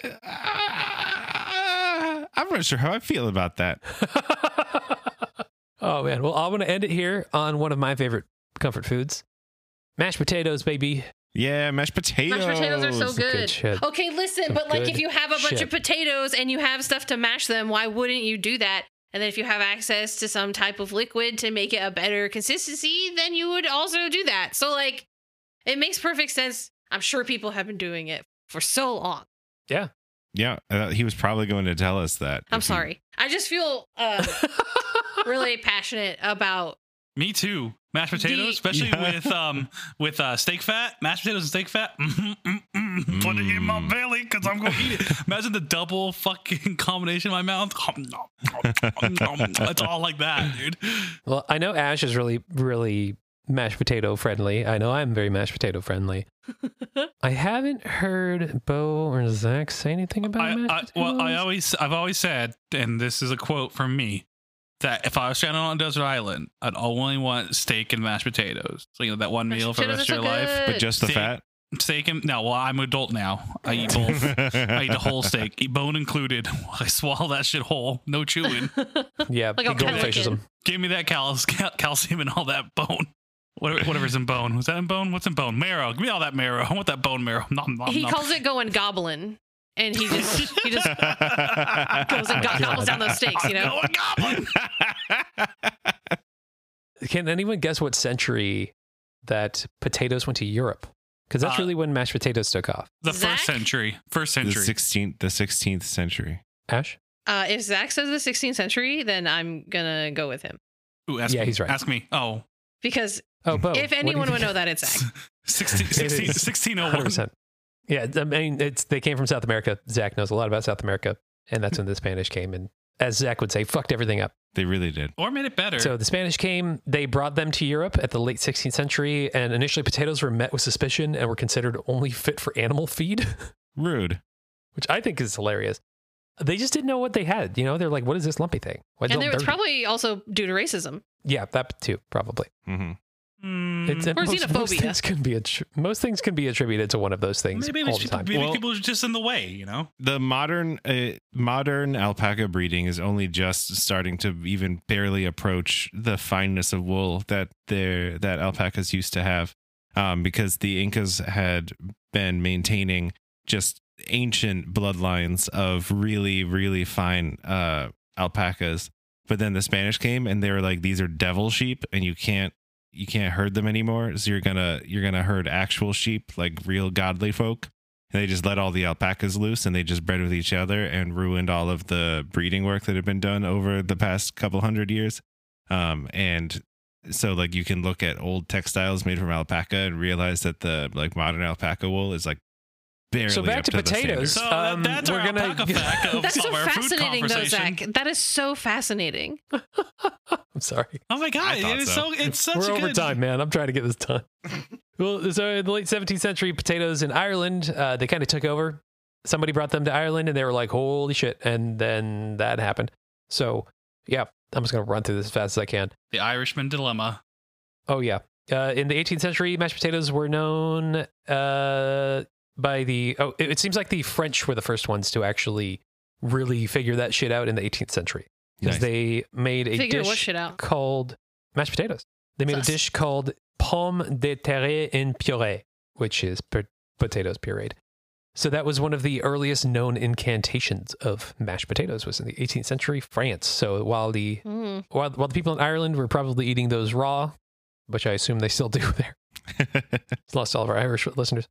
I, am uh, not sure how I feel about that.
oh man. Well, I want to end it here on one of my favorite comfort foods. Mashed potatoes, baby.
Yeah, mashed potatoes.
Mashed potatoes are so
Good
good.
shit.
Okay, listen,
Some
but like
good
if you have a bunch
shit.
of potatoes and you have stuff to mash them, why wouldn't you do that? And then if you have access to some type of liquid to make it a better consistency, then you would also do that. So like it makes perfect sense. I'm sure people have been doing it for so long.
Yeah, uh, he was probably going to tell us that.
I'm
if he-
sorry. I just feel uh, really passionate about
Me too. Mashed potatoes,
The-
especially
Yeah.
with um with uh steak fat, mashed potatoes and steak fat. Mm, mm, mm. Put it in my
Mm.
belly because I'm gonna eat it. Imagine the double fucking combination in my mouth. Nom, nom, nom, nom, nom. It's all like that, dude.
Well, I know Ash is really, really mashed potato friendly. I know I'm very mashed potato friendly. I haven't heard Bo or Zach say anything about
I, I
mashed
well, I
potatoes.
always I've always said, and this is a quote from me, that if I was stranded on a desert island, I'd only want steak and mashed potatoes. So you know that one
Mashed
meal for the rest
potatoes
of your
are so
life.
But just the
Steak.
fat.
Steak and no, well, I'm an adult now. I eat both. I eat the whole steak, eat bone included. I swallow that shit whole, no chewing.
yeah,
Like
like
a
goldfishes
pelican.
them.
Give me that cal- cal- calcium and all that bone. Whatever, whatever's in bone. Was that in bone? What's in bone? Marrow. Give me all that marrow. I want that bone marrow. Nom, nom,
he
nom.
calls it going goblin, and he just he just goes and
my
go-
God.
gobbles down those steaks. You know,
Going goblin.
Can anyone guess what century that potatoes went to Europe? Because that's
Uh,
really when mashed potatoes took off.
The
Zach?
first century. First
the
century.
sixteenth, the sixteenth century.
Ash,
uh, if Zach says the 16th century, then I'm gonna go with him
Ooh, ask
Yeah,
me.
he's right.
Ask me. Oh.
because
oh Bo,
if anyone would know that, it's Zach.
16,
It is.
16,
100.
1601.
percent Yeah, I mean, it's they came from South America. Zach knows a lot about South America, and that's when the Spanish came and, as Zach would say, fucked everything up.
They really did.
Or made it better.
So the Spanish came, they brought them to Europe at the late 16th century, and initially potatoes were met with suspicion and were considered only fit for animal feed,
Rude.
which I think is hilarious. They just didn't know what they had. You know, they're like, what is this lumpy thing? Why is
And
it
there
all
was
dirty?"
probably also due to racism.
Yeah, that too, probably.
hmm
Mm,
It's,
Or
Most
xenophobia.
things, can be attr- most things can be attributed to one of those things
maybe
all
these
the
people,
time.
maybe
Well-
people are just in the way, you know?
The modern uh, modern alpaca breeding is only just starting to even barely approach the fineness of wool that their that alpacas used to have, um, because the Incas had been maintaining just ancient bloodlines of really really fine uh, alpacas. But then the Spanish came and they were like, "These are devil sheep, and you can't." you can't herd them anymore so you're gonna you're gonna herd actual sheep like real godly folk and they just let all the alpacas loose and they just bred with each other and ruined all of the breeding work that had been done over the past couple hundred years um and so like you can look at old textiles made from alpaca and realize that the like modern alpaca wool is like barely
So back
up
to
the
potatoes.
So
standard.
that-
Um,
that's
we're
our
gonna-
alpaca fact of
That's so
our food
fascinating, though,
conversation.
Zach. That is so fascinating.
I'm sorry.
Oh my
I
god,
thought
it is
so.
so. it's such
We're
a
over
good
time, man. I'm trying to get this done. well, so in the late 17th century, potatoes in Ireland, uh, they kind of took over. Somebody brought them to Ireland, and they were like, "Holy shit!" And then that happened. So, yeah, I'm just gonna run through this as fast as I can.
The Irishman dilemma.
Oh yeah, uh, in the 18th century, mashed potatoes were known uh, by the. Oh, it, it seems like the French were the first ones to actually really figure that shit out in the 18th century because
Nice.
they made a
Figure
dish
what shit out.
called mashed potatoes. They made
Sus.
a dish called pomme de terre en purée, which is p- potatoes pureed. So that was one of the earliest known incantations of mashed potatoes was in the 18th century France. So while the
Mm.
while, while the people in Ireland were probably eating those raw, which I assume they still do there. It's lost all of our Irish listeners.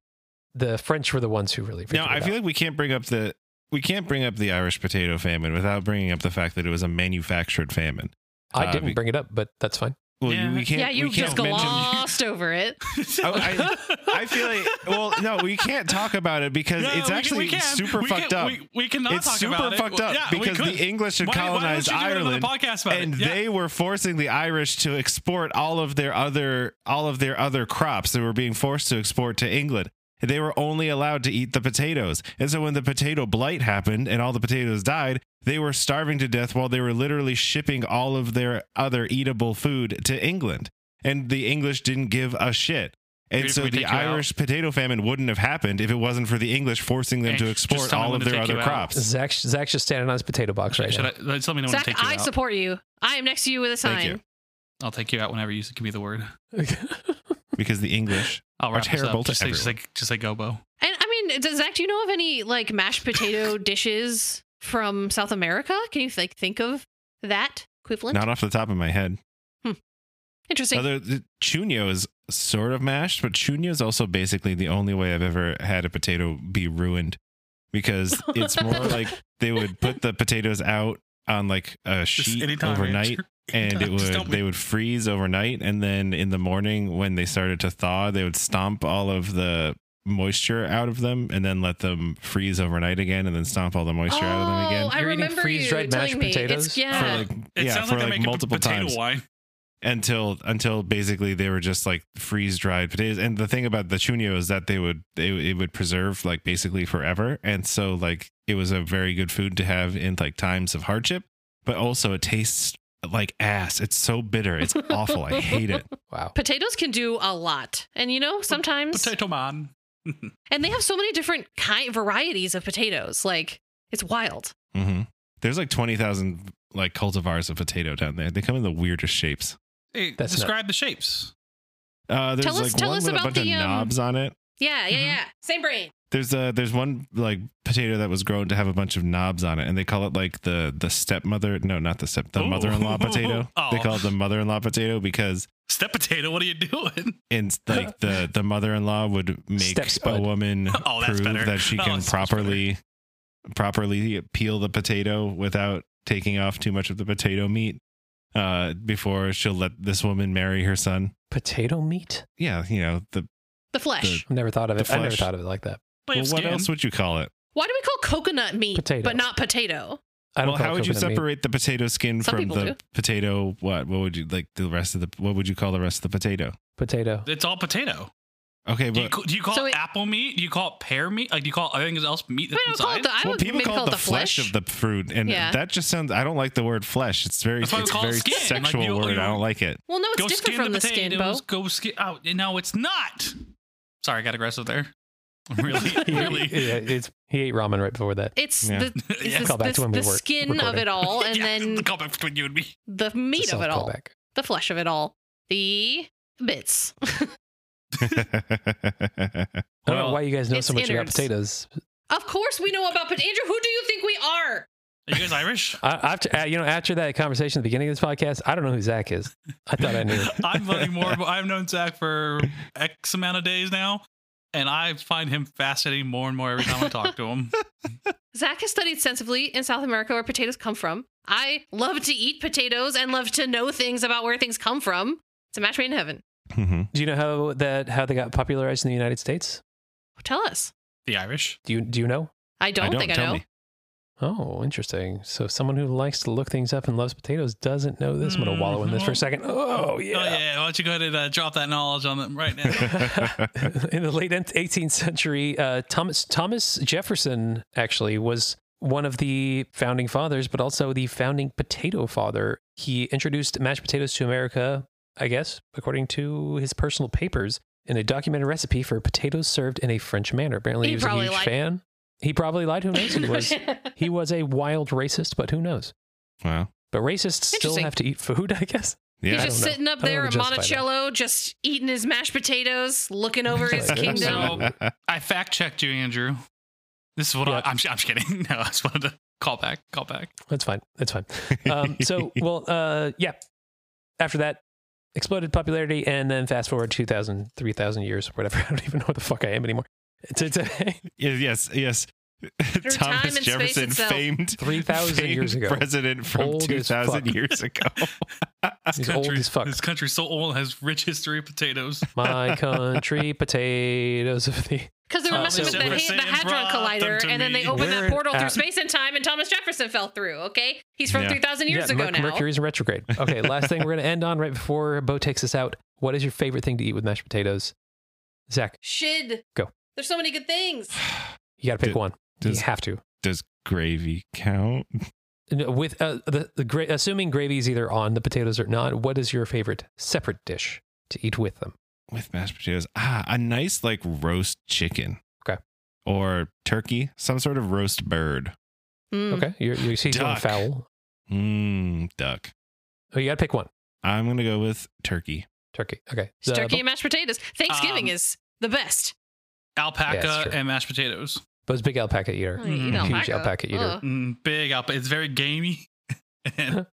The French were the ones who really
now
figured
i
it
feel
out.
like we can't bring up the we can't bring up the irish potato famine without bringing up the fact that it was a manufactured famine
I
uh,
didn't
we-
bring it up, but that's fine.
well
Yeah.
you, we can't
Yeah, you
we can't
just
mention
glossed over it.
Oh, I- I feel like well, no, we can't talk about it because
No,
it's
we-
actually
we can.
super
We can-
fucked up.
We, we cannot
it's
talk
super
about it.
fucked up
Yeah, we
because
could.
the English had
Why- why don't
colonized
you do another
Ireland,
podcast about it?
and
Yeah.
they were forcing the Irish to export all of their other all of their other crops that were being forced to export to England. They were only allowed to eat the potatoes, and so when the potato blight happened and all the potatoes died, they were starving to death while they were literally shipping all of their other eatable food to England, and the English didn't give a shit. And
Dude, if
so
we
the
take you out-
Irish potato famine wouldn't have happened if it wasn't for the English forcing them
Hey,
to
just tell
export
them
all
when
of
to
their
take
other
you out.
crops.
Zach's, Zach's just standing on his potato box right
Should
now.
I, just let me know when to
Zach,
take you
I
out.
support you. I am next to you with a
Thank you.
sign.
I'll take you out whenever you give me the word.
because the English
I'll
Are
wrap this
terrible
up.
to
Just, say, just
everyone.
like just like Gobo.
And I mean, does Zach, do you know of any like mashed potato dishes from South America? Can you like think of that equivalent?
not off the top of my head.
Interesting.
Other the chuno is sort of mashed, but chuno is also basically the only way I've ever had a potato be ruined because it's more like they would put the potatoes out on like a
Just
sheet
anytime,
overnight
Andrew.
and it
Anytime. Just
would
don't
they
make-
would freeze overnight and then in the morning when they started to thaw they would stomp all of the moisture out of them and then let them freeze overnight again and then stomp all the moisture out of them again
Oh, I
You're eating
remember you
freeze-dried mashed
telling me. It's,
potatoes?
Oh, yeah.
for like
It
yeah
sounds
for
like,
like,
they make
multiple
a potato
times
wine.
until until basically they were just like freeze dried potatoes. And the thing about the chunyo is that they would they it would preserve like basically forever, and so like it was a very good food to have in like times of hardship. But also, it tastes like ass. It's so bitter. It's awful. I hate it.
Wow.
potatoes can do a lot. And you know, sometimes
Potato man.
and they have so many different kind varieties of potatoes. Like it's wild.
hmm There's like twenty thousand like cultivars of potato down there. They come in the weirdest shapes.
Hey,
That's not-
describe the shapes.
Uh, there's
Tell us-
like
tell
one
us
with a
about
bunch
the,
of
um,
knobs on it.
Yeah, yeah,
Mm-hmm.
Mhm.
yeah. Same brain.
There's a there's one like potato that was grown to have a bunch of knobs on it, and they call it like the the stepmother. No, not the step the
Ooh.
mother in law potato.
Oh.
They call it the mother in law potato because
Step potato, what are you doing?
in like the the mother in law would make
Step
a
spud.
woman
Oh, that's
prove
better.
that she
Oh,
can
that's much better.
properly properly peel the potato without taking off too much of the potato meat uh, before she'll let this woman marry her son.
Potato meat?
Yeah, you know the
The flesh.
I've never thought of
The
it. I never
flesh.
thought of it like that.
well, what else would you call it?
Why do we call coconut meat
Potato.
but not potato?
I don't
well,
call
how
it
would you
coconut meat.
separate the potato skin
Some
from
people
the
do.
potato? What? What would you like the rest of the? What would you call the rest of the potato?
potato?
It's all potato.
Okay,
Do you,
but
ca- do you call
So
it,
it-
apple meat? Do you call it pear meat? Like, do you call it anything else meat
We
that's
don't call it
inside?
the I
well,
would
people
maybe
call,
call
it the flesh. of the fruit, and
Yeah.
that just sounds. I don't like the word flesh. It's very.
That's
It's
why we call it
very
skin. Like,
sexual
you-
word.
you-
I don't like it.
Well, no, it's
go
different
skin
from
the
the skin, Bo.
potatoes. Go skin. Oh, no, it's not. Sorry, I got aggressive there. Really, really.
yeah, it's, he ate ramen right before that.
It's
Yeah.
the, it's
Yeah.
the-
Call back
the-
to when we
the
were
skin of
recording.
it all, and
Yeah,
then
the callback between you and me.
the
It's a
meat of
soft
it all,
callback.
the flesh of it all, the bits.
I don't know
Well,
why you guys know
It's
so much about
innards.
potatoes.
Of course, we know about potato. Andrew, who do you think we are?
Are you guys Irish?
I, after, uh, you know, after that conversation at the beginning of this podcast, I don't know who Zach is. I thought I knew.
I'm learning more. About, I've known Zach for X amount of days now, and I find him fascinating more and more every time I talk to him.
Zach has studied extensively in South America where potatoes come from. I love to eat potatoes and love to know things about where things come from. It's a match made in heaven.
Mhm.
Do you know how that how they got popularized in the United States?
Tell us.
The Irish.
Do you do you know?
I don't,
I don't
think I
tell
know.
me.
Oh, interesting. So someone who likes to look things up and loves potatoes doesn't know this. I'm gonna wallow in this
Mm-hmm.
for a second. Oh
Oh
yeah.
yeah. Why don't you go ahead and uh, drop that knowledge on them right now?
Mm-hmm.
in the late 18th century, uh, Thomas Thomas Jefferson actually was one of the founding fathers, but also the founding potato father. He introduced mashed potatoes to America, I guess, according to his personal papers, in a documented recipe for potatoes served in a French manner. Apparently, he,
He
was a
probably
huge
lied.
fan. He probably lied. Who knows? He was he was a wild racist, but who knows?
Wow.
But racists still
Interesting.
have to eat food, I guess.
He's
I
Yeah.
just
don't know.
sitting
I
up
don't
there
wanna
at
justify that.
Monticello, just eating his mashed potatoes, looking over his
Like,
kingdom.
So- I fact checked you, Andrew. This is what
Yeah.
I, I'm. I'm just kidding. No, I just wanted to call back. Call back.
That's fine. That's fine. um, so well uh yeah after that exploded popularity and then fast forward 2000 3000 years whatever i don't even know what the fuck i am anymore to today
yes, yes.
time and
Thomas
space
Jefferson,
itself.
famed
3000 years
famed
ago
president from
Old as
two thousand
fuck.
years ago.
He's old as fuck.
This country's so old has rich history of potatoes.
my country potatoes of the
Because they were
Oh,
messing with
so
the,
we're
ha-
Uh, saying
the Hadron
brought them
Collider,
to
and then they
me.
opened
We're
that portal through
at-
space and time, and Thomas Jefferson fell through, okay? He's from
Yeah.
3,000 years
yeah,
ago
Merc-
now.
mercury's in retrograde okay last thing we're gonna end on right before bo takes us out what is your favorite thing to eat with mashed potatoes zach
Shid.
Go.
There's so many good things.
you gotta pick
Do-
one
Does
you have to
does gravy count?
No, with uh, the, the gra- assuming gravy is either on the potatoes or not what is your favorite separate dish to eat with them
with mashed potatoes. Ah, a nice like roast chicken.
Okay.
Or turkey, some sort of roast bird.
Mm.
okay you're, you're, he's going
Duck.
fowl
Mmm, duck.
oh you gotta pick one
I'm gonna go with turkey.
Turkey. Okay.
It's
The-
turkey and mashed potatoes. Thanksgiving
Um,
is the best.
Alpaca
Yeah, it's true.
and mashed potatoes.
Bo's big alpaca eater.
I eat
Mm.
Huge alpaca eater.
Ugh.
Mm, big alpaca. It's very gamey. and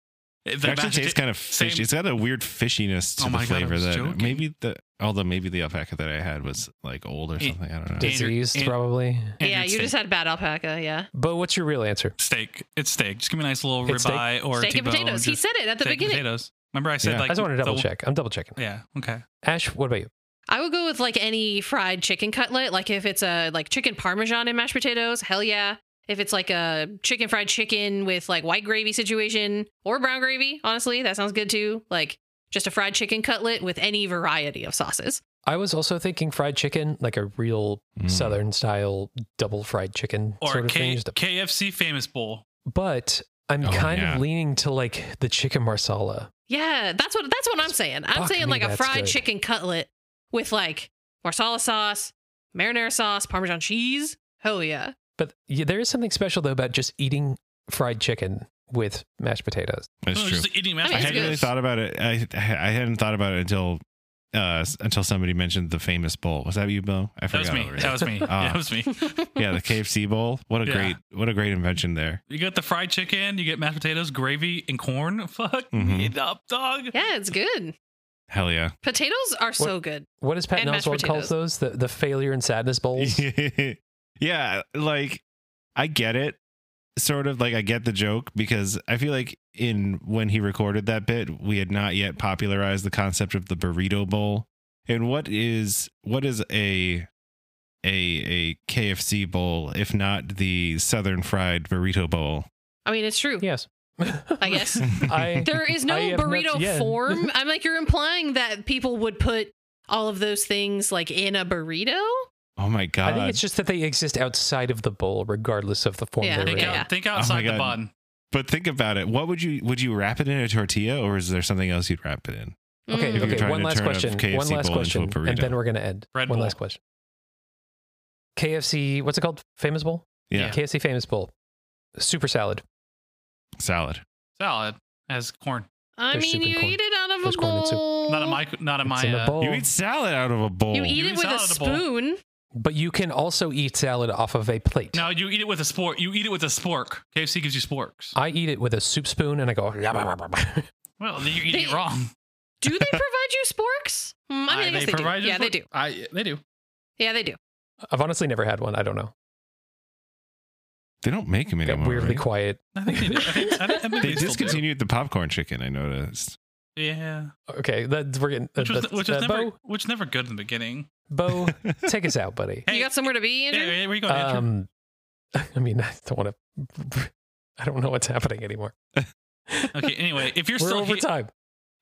If
It
the
actually
master
tastes
ta-
kind of
same-
fishy. It's got a weird fishiness to
Oh
the
my God, I
flavor
was
that
joking.
maybe the although maybe the alpaca that I had was like old or
Eh,
something. I don't know.
Andrew-
Diseased,
Andrew-
probably.
yeah,
Andrew,
you just
steak.
had bad alpaca. Yeah.
But what's your real answer?
steak. It's steak. Just give me a nice little
It's steak?
ribeye or
Steak and
T-bone,
potatoes. He
just
said it at the
steak and
beginning.
Potatoes. Remember I said
Yeah.
like
I just want to double
the-
check. I'm double checking.
Yeah. Okay.
Ash, what about you?
I would go with like any fried chicken cutlet. Like if it's a like chicken parmesan and mashed potatoes, hell yeah. If it's like a chicken fried chicken with like white gravy situation or brown gravy, honestly, that sounds good too. Like just a fried chicken cutlet with any variety of sauces.
I was also thinking fried chicken, like a real
Mm.
southern style double fried chicken
Or
sort of thing.
K-
just a-
KFC famous bowl.
But I'm
Oh,
kind
yeah.
of leaning to like the chicken marsala.
Yeah, that's what that's what I'm saying. I'm
Fuck
saying
me,
like a
that's
fried
good.
chicken cutlet with like marsala sauce, marinara sauce, parmesan cheese. Hell yeah.
But yeah, there is something special though about just eating fried chicken with mashed potatoes.
That's
No,
true.
Oh, Just eating mashed
I
I mean, it's
hadn't
good.
really
potatoes.
thought about it. I I hadn't thought about it until uh s- until somebody mentioned the famous bowl. Was that you, Bo? I
That
forgot.
was me.
already.
That was me.
Ah.
That was me.
yeah, the KFC bowl. What a
Yeah.
great what a great invention there.
You get the fried chicken, you get mashed potatoes, gravy, and corn. Fuck,
Mhm.
it up, dog.
Yeah, it's good.
Hell yeah.
Potatoes are so good.
What does Patton
And mashed
Oswald calls
potatoes.
those? The the failure and sadness bowls.
yeah, like I get it. Sort of like I get the joke because I feel like in when he recorded that bit, we had not yet popularized the concept of the burrito bowl. And what is what is a a a KFC bowl if not the southern fried burrito bowl?
I mean, it's true.
yes.
I guess.
I
There is no
I have not-
burrito
yeah.
form. I'm like, you're implying that people would put all of those things like in a burrito?
oh my
I
god.
think it's just that they exist outside of the bowl, regardless of the form
Yeah.
they're
Think,
in.
Yeah.
out, think outside the
God.
bun.
but think about it. What would you would you wrap it in a tortilla or is there something else you'd wrap it in?
Mm.
Okay,
Hmm.
If you're
okay.
trying
One
to
last
turn a
question.
KFC
One last
bowl into a
question, and
burrito.
then we're gonna end.
Red
one
Bull.
last question. KFC. What's it called? Famous bowl.
Yeah.
KFC famous bowl. Super salad.
Salad.
Salad has corn.
I
There's
mean,
soup and
you
corn.
eat it out of
There's
a
corn and soup.
bowl.
Not in my, not in
It's
my.
in a
uh,
bowl.
You eat salad out of a bowl.
You eat
You
it
eat
with a
salad in a bowl.
spoon.
But you can also eat salad off of a plate.
no, you eat it with a spork. You eat it with a spork. KFC gives you sporks.
I eat it with a soup spoon and I go. "Yah, bah, bah, bah, bah."
Well, then you're eating
They-
it wrong.
Do they provide you sporks? Mm, I mean, I, guess they,
Uh, provide
do.
you
Yeah, they
spork?
do.
I, they do.
Yeah, they do.
I've honestly never had one. I don't know.
They don't make them
Got
anymore.
weirdly
right?
quiet.
I think they do. I think, I think- I think
They
still do.
discontinued the popcorn chicken. I noticed.
Yeah,
Okay, that we're getting.
which was
that's-
which
uh,
was never
Bo,
which never good in the beginning.
Bo, take us out, buddy.
you got somewhere to be,
Yeah,
Andrew?
where you going, Andrew?
Um, I mean, I don't want to. I don't know what's happening anymore.
Okay. Anyway, if you're
we're
still
over
he-
time.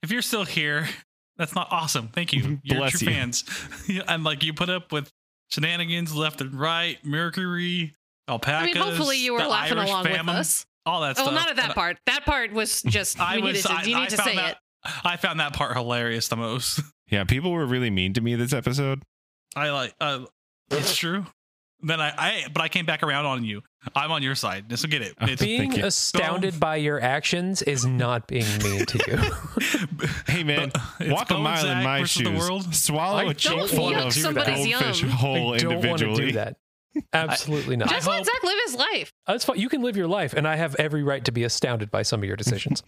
if you're still here, that's not awesome. Thank you. You're
Bless
true
you.
fans. and like you put up with shenanigans left and right, Mercury,
I
alpacas.
mean, hopefully you were
the
laughing
Irish
along
famine,
with us.
All that
Oh,
stuff.
well, not at that
And
part. That part was just,
I
we
was.
needed to,
I,
you
I
need to
found
say
that,
it.
I found that part hilarious the most.
Yeah, people were really mean to me this episode.
I like. Uh, it's true. Then I, I, but I came back around on you. I'm on your side. This will get it.
Oh,
It's,
thank
Being
you.
astounded
Don't-
by your actions is not being mean to you.
Hey man,
It's
walk a
Bone
mile in
Zach
my
versus the
shoes.
world.
Swallow
I
a
don't
full
wanna
of
do that.
goldfish
Somebody's
whole
I don't want to
individually.
do that. Absolutely not.
Just
I
let
hope-
Zach live his life.
That's fine. You can live your life, and I have every right to be astounded by some of your decisions.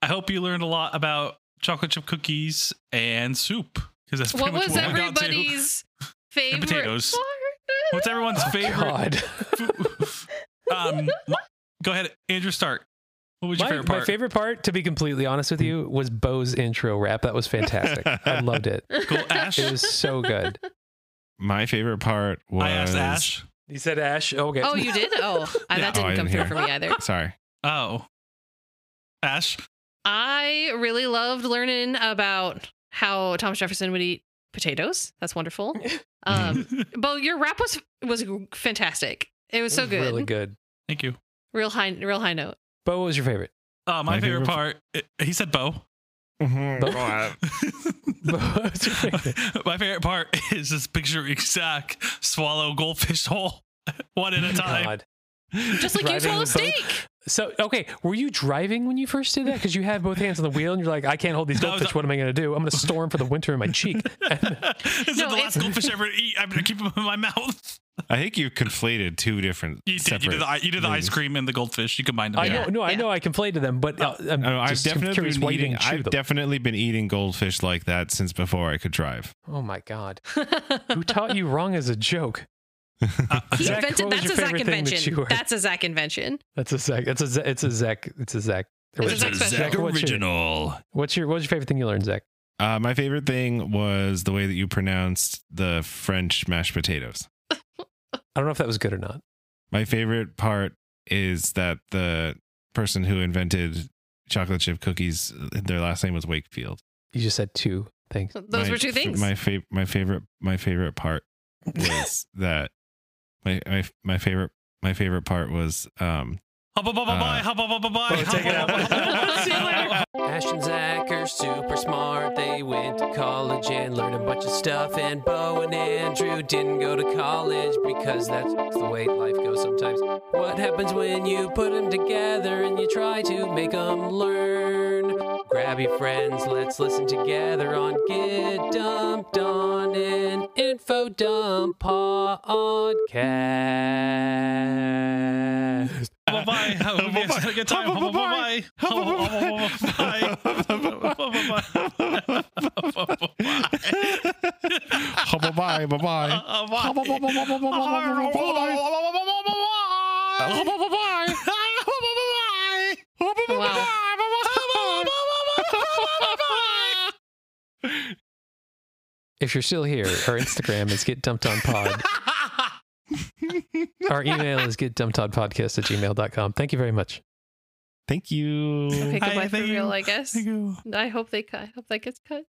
I hope you learned a lot about chocolate chip cookies and soup because that's pretty
What
much
was
what we got to.
everybody's favorite?
potatoes.
part?
What's everyone's favorite?
Oh, God,
um, my- go ahead, Andrew. Start. What was your
my,
favorite
my
part?
favorite part, to be completely honest with you, was Bo's intro rap. That was fantastic. I loved it.
Cool, Ash.
It was so good.
My favorite part was.
I asked Ash.
He said, "Ash, okay."
Oh, you did? Oh, I-
Yeah.
that
Oh, I
didn't come
didn't
through
hear.
for me either.
Sorry.
Oh, Ash.
I really loved learning about how Thomas Jefferson would eat potatoes. That's wonderful. Um, Bo, your rap was was fantastic. It was so
It was
good.
Really good.
Thank you.
Real high, real high note.
Bo, what was your favorite?
Uh, my,
My
favorite,
favorite-
part. eh, he said Bo.
Mhm.
Bo, what was your favorite?
my favorite part is this picture Zach swallow goldfish whole one at a time.
God.
Just like you
Driving
swallow
both-
steak.
So okay, were you driving when you first did that? Because you had both hands on the wheel, and you're like, I can't hold these
No, I was-
goldfish. What am I going to do? I'm going to store them for the winter in my cheek.
this is
No,
the
it's-
last goldfish I ever eat. I'm gonna keep them in my mouth.
I think you conflated two different.
You did, you did, the, you did the ice cream and the goldfish. You combined them.
I
yeah. Oh,
know, no, I
yeah.
know, I conflated them, but uh, I'm
I have
just I'm
Oh, definitely
curious
been
why you
eating.
didn't chew
I've
them.
definitely been eating goldfish like that since before I could drive.
oh my god, who taught you wrong as a joke?
He
Zach, what was
invented that's a
your
Zach
favorite thing that
invention.
you were-
that's a Zach invention.
That's a Zach. That's a Zach. It's a Zach. It's a Zach.
It's a Zach
original.
special. Zach
what's your, what's your what's your favorite thing you learned, Zach?
Uh, my favorite thing was the way that you pronounced the French mashed potatoes.
I don't know if that was good or not.
My favorite part is that the person who invented chocolate chip cookies, their last name was Wakefield.
You just said two things.
Those
My
were two
f-
things.
My fa- my favorite my favorite part was that my, my my favorite my favorite part was um
Hubba bubba bye,
Uh,
hubba bubba bye,
oh, take it out.
hubba bubba
See you later.
bye.
Ash and Zach are super smart. They went to college and learned a bunch of stuff. And Bo and Andrew didn't go to college because that's the way life goes sometimes. What happens when you put them together and you try to make them learn? Grab your friends, let's listen together on Get Dumped on an Info Dump Podcast.
Hubba bye, hubba bye. Yes, had a good time. Hubba bye, hubba bye, hubba bye, hubba bye,
bye bye bye bye
hubba bye.
wow.
If you're still here, our Instagram is get dumped on pod. Our email is get dumped on podcast at gmail.com. Thank you very much.
Thank you.
Okay,
Hi,
goodbye for
thank
real,
you.
I guess.
Thank you.
I hope they cut. I hope that gets cut.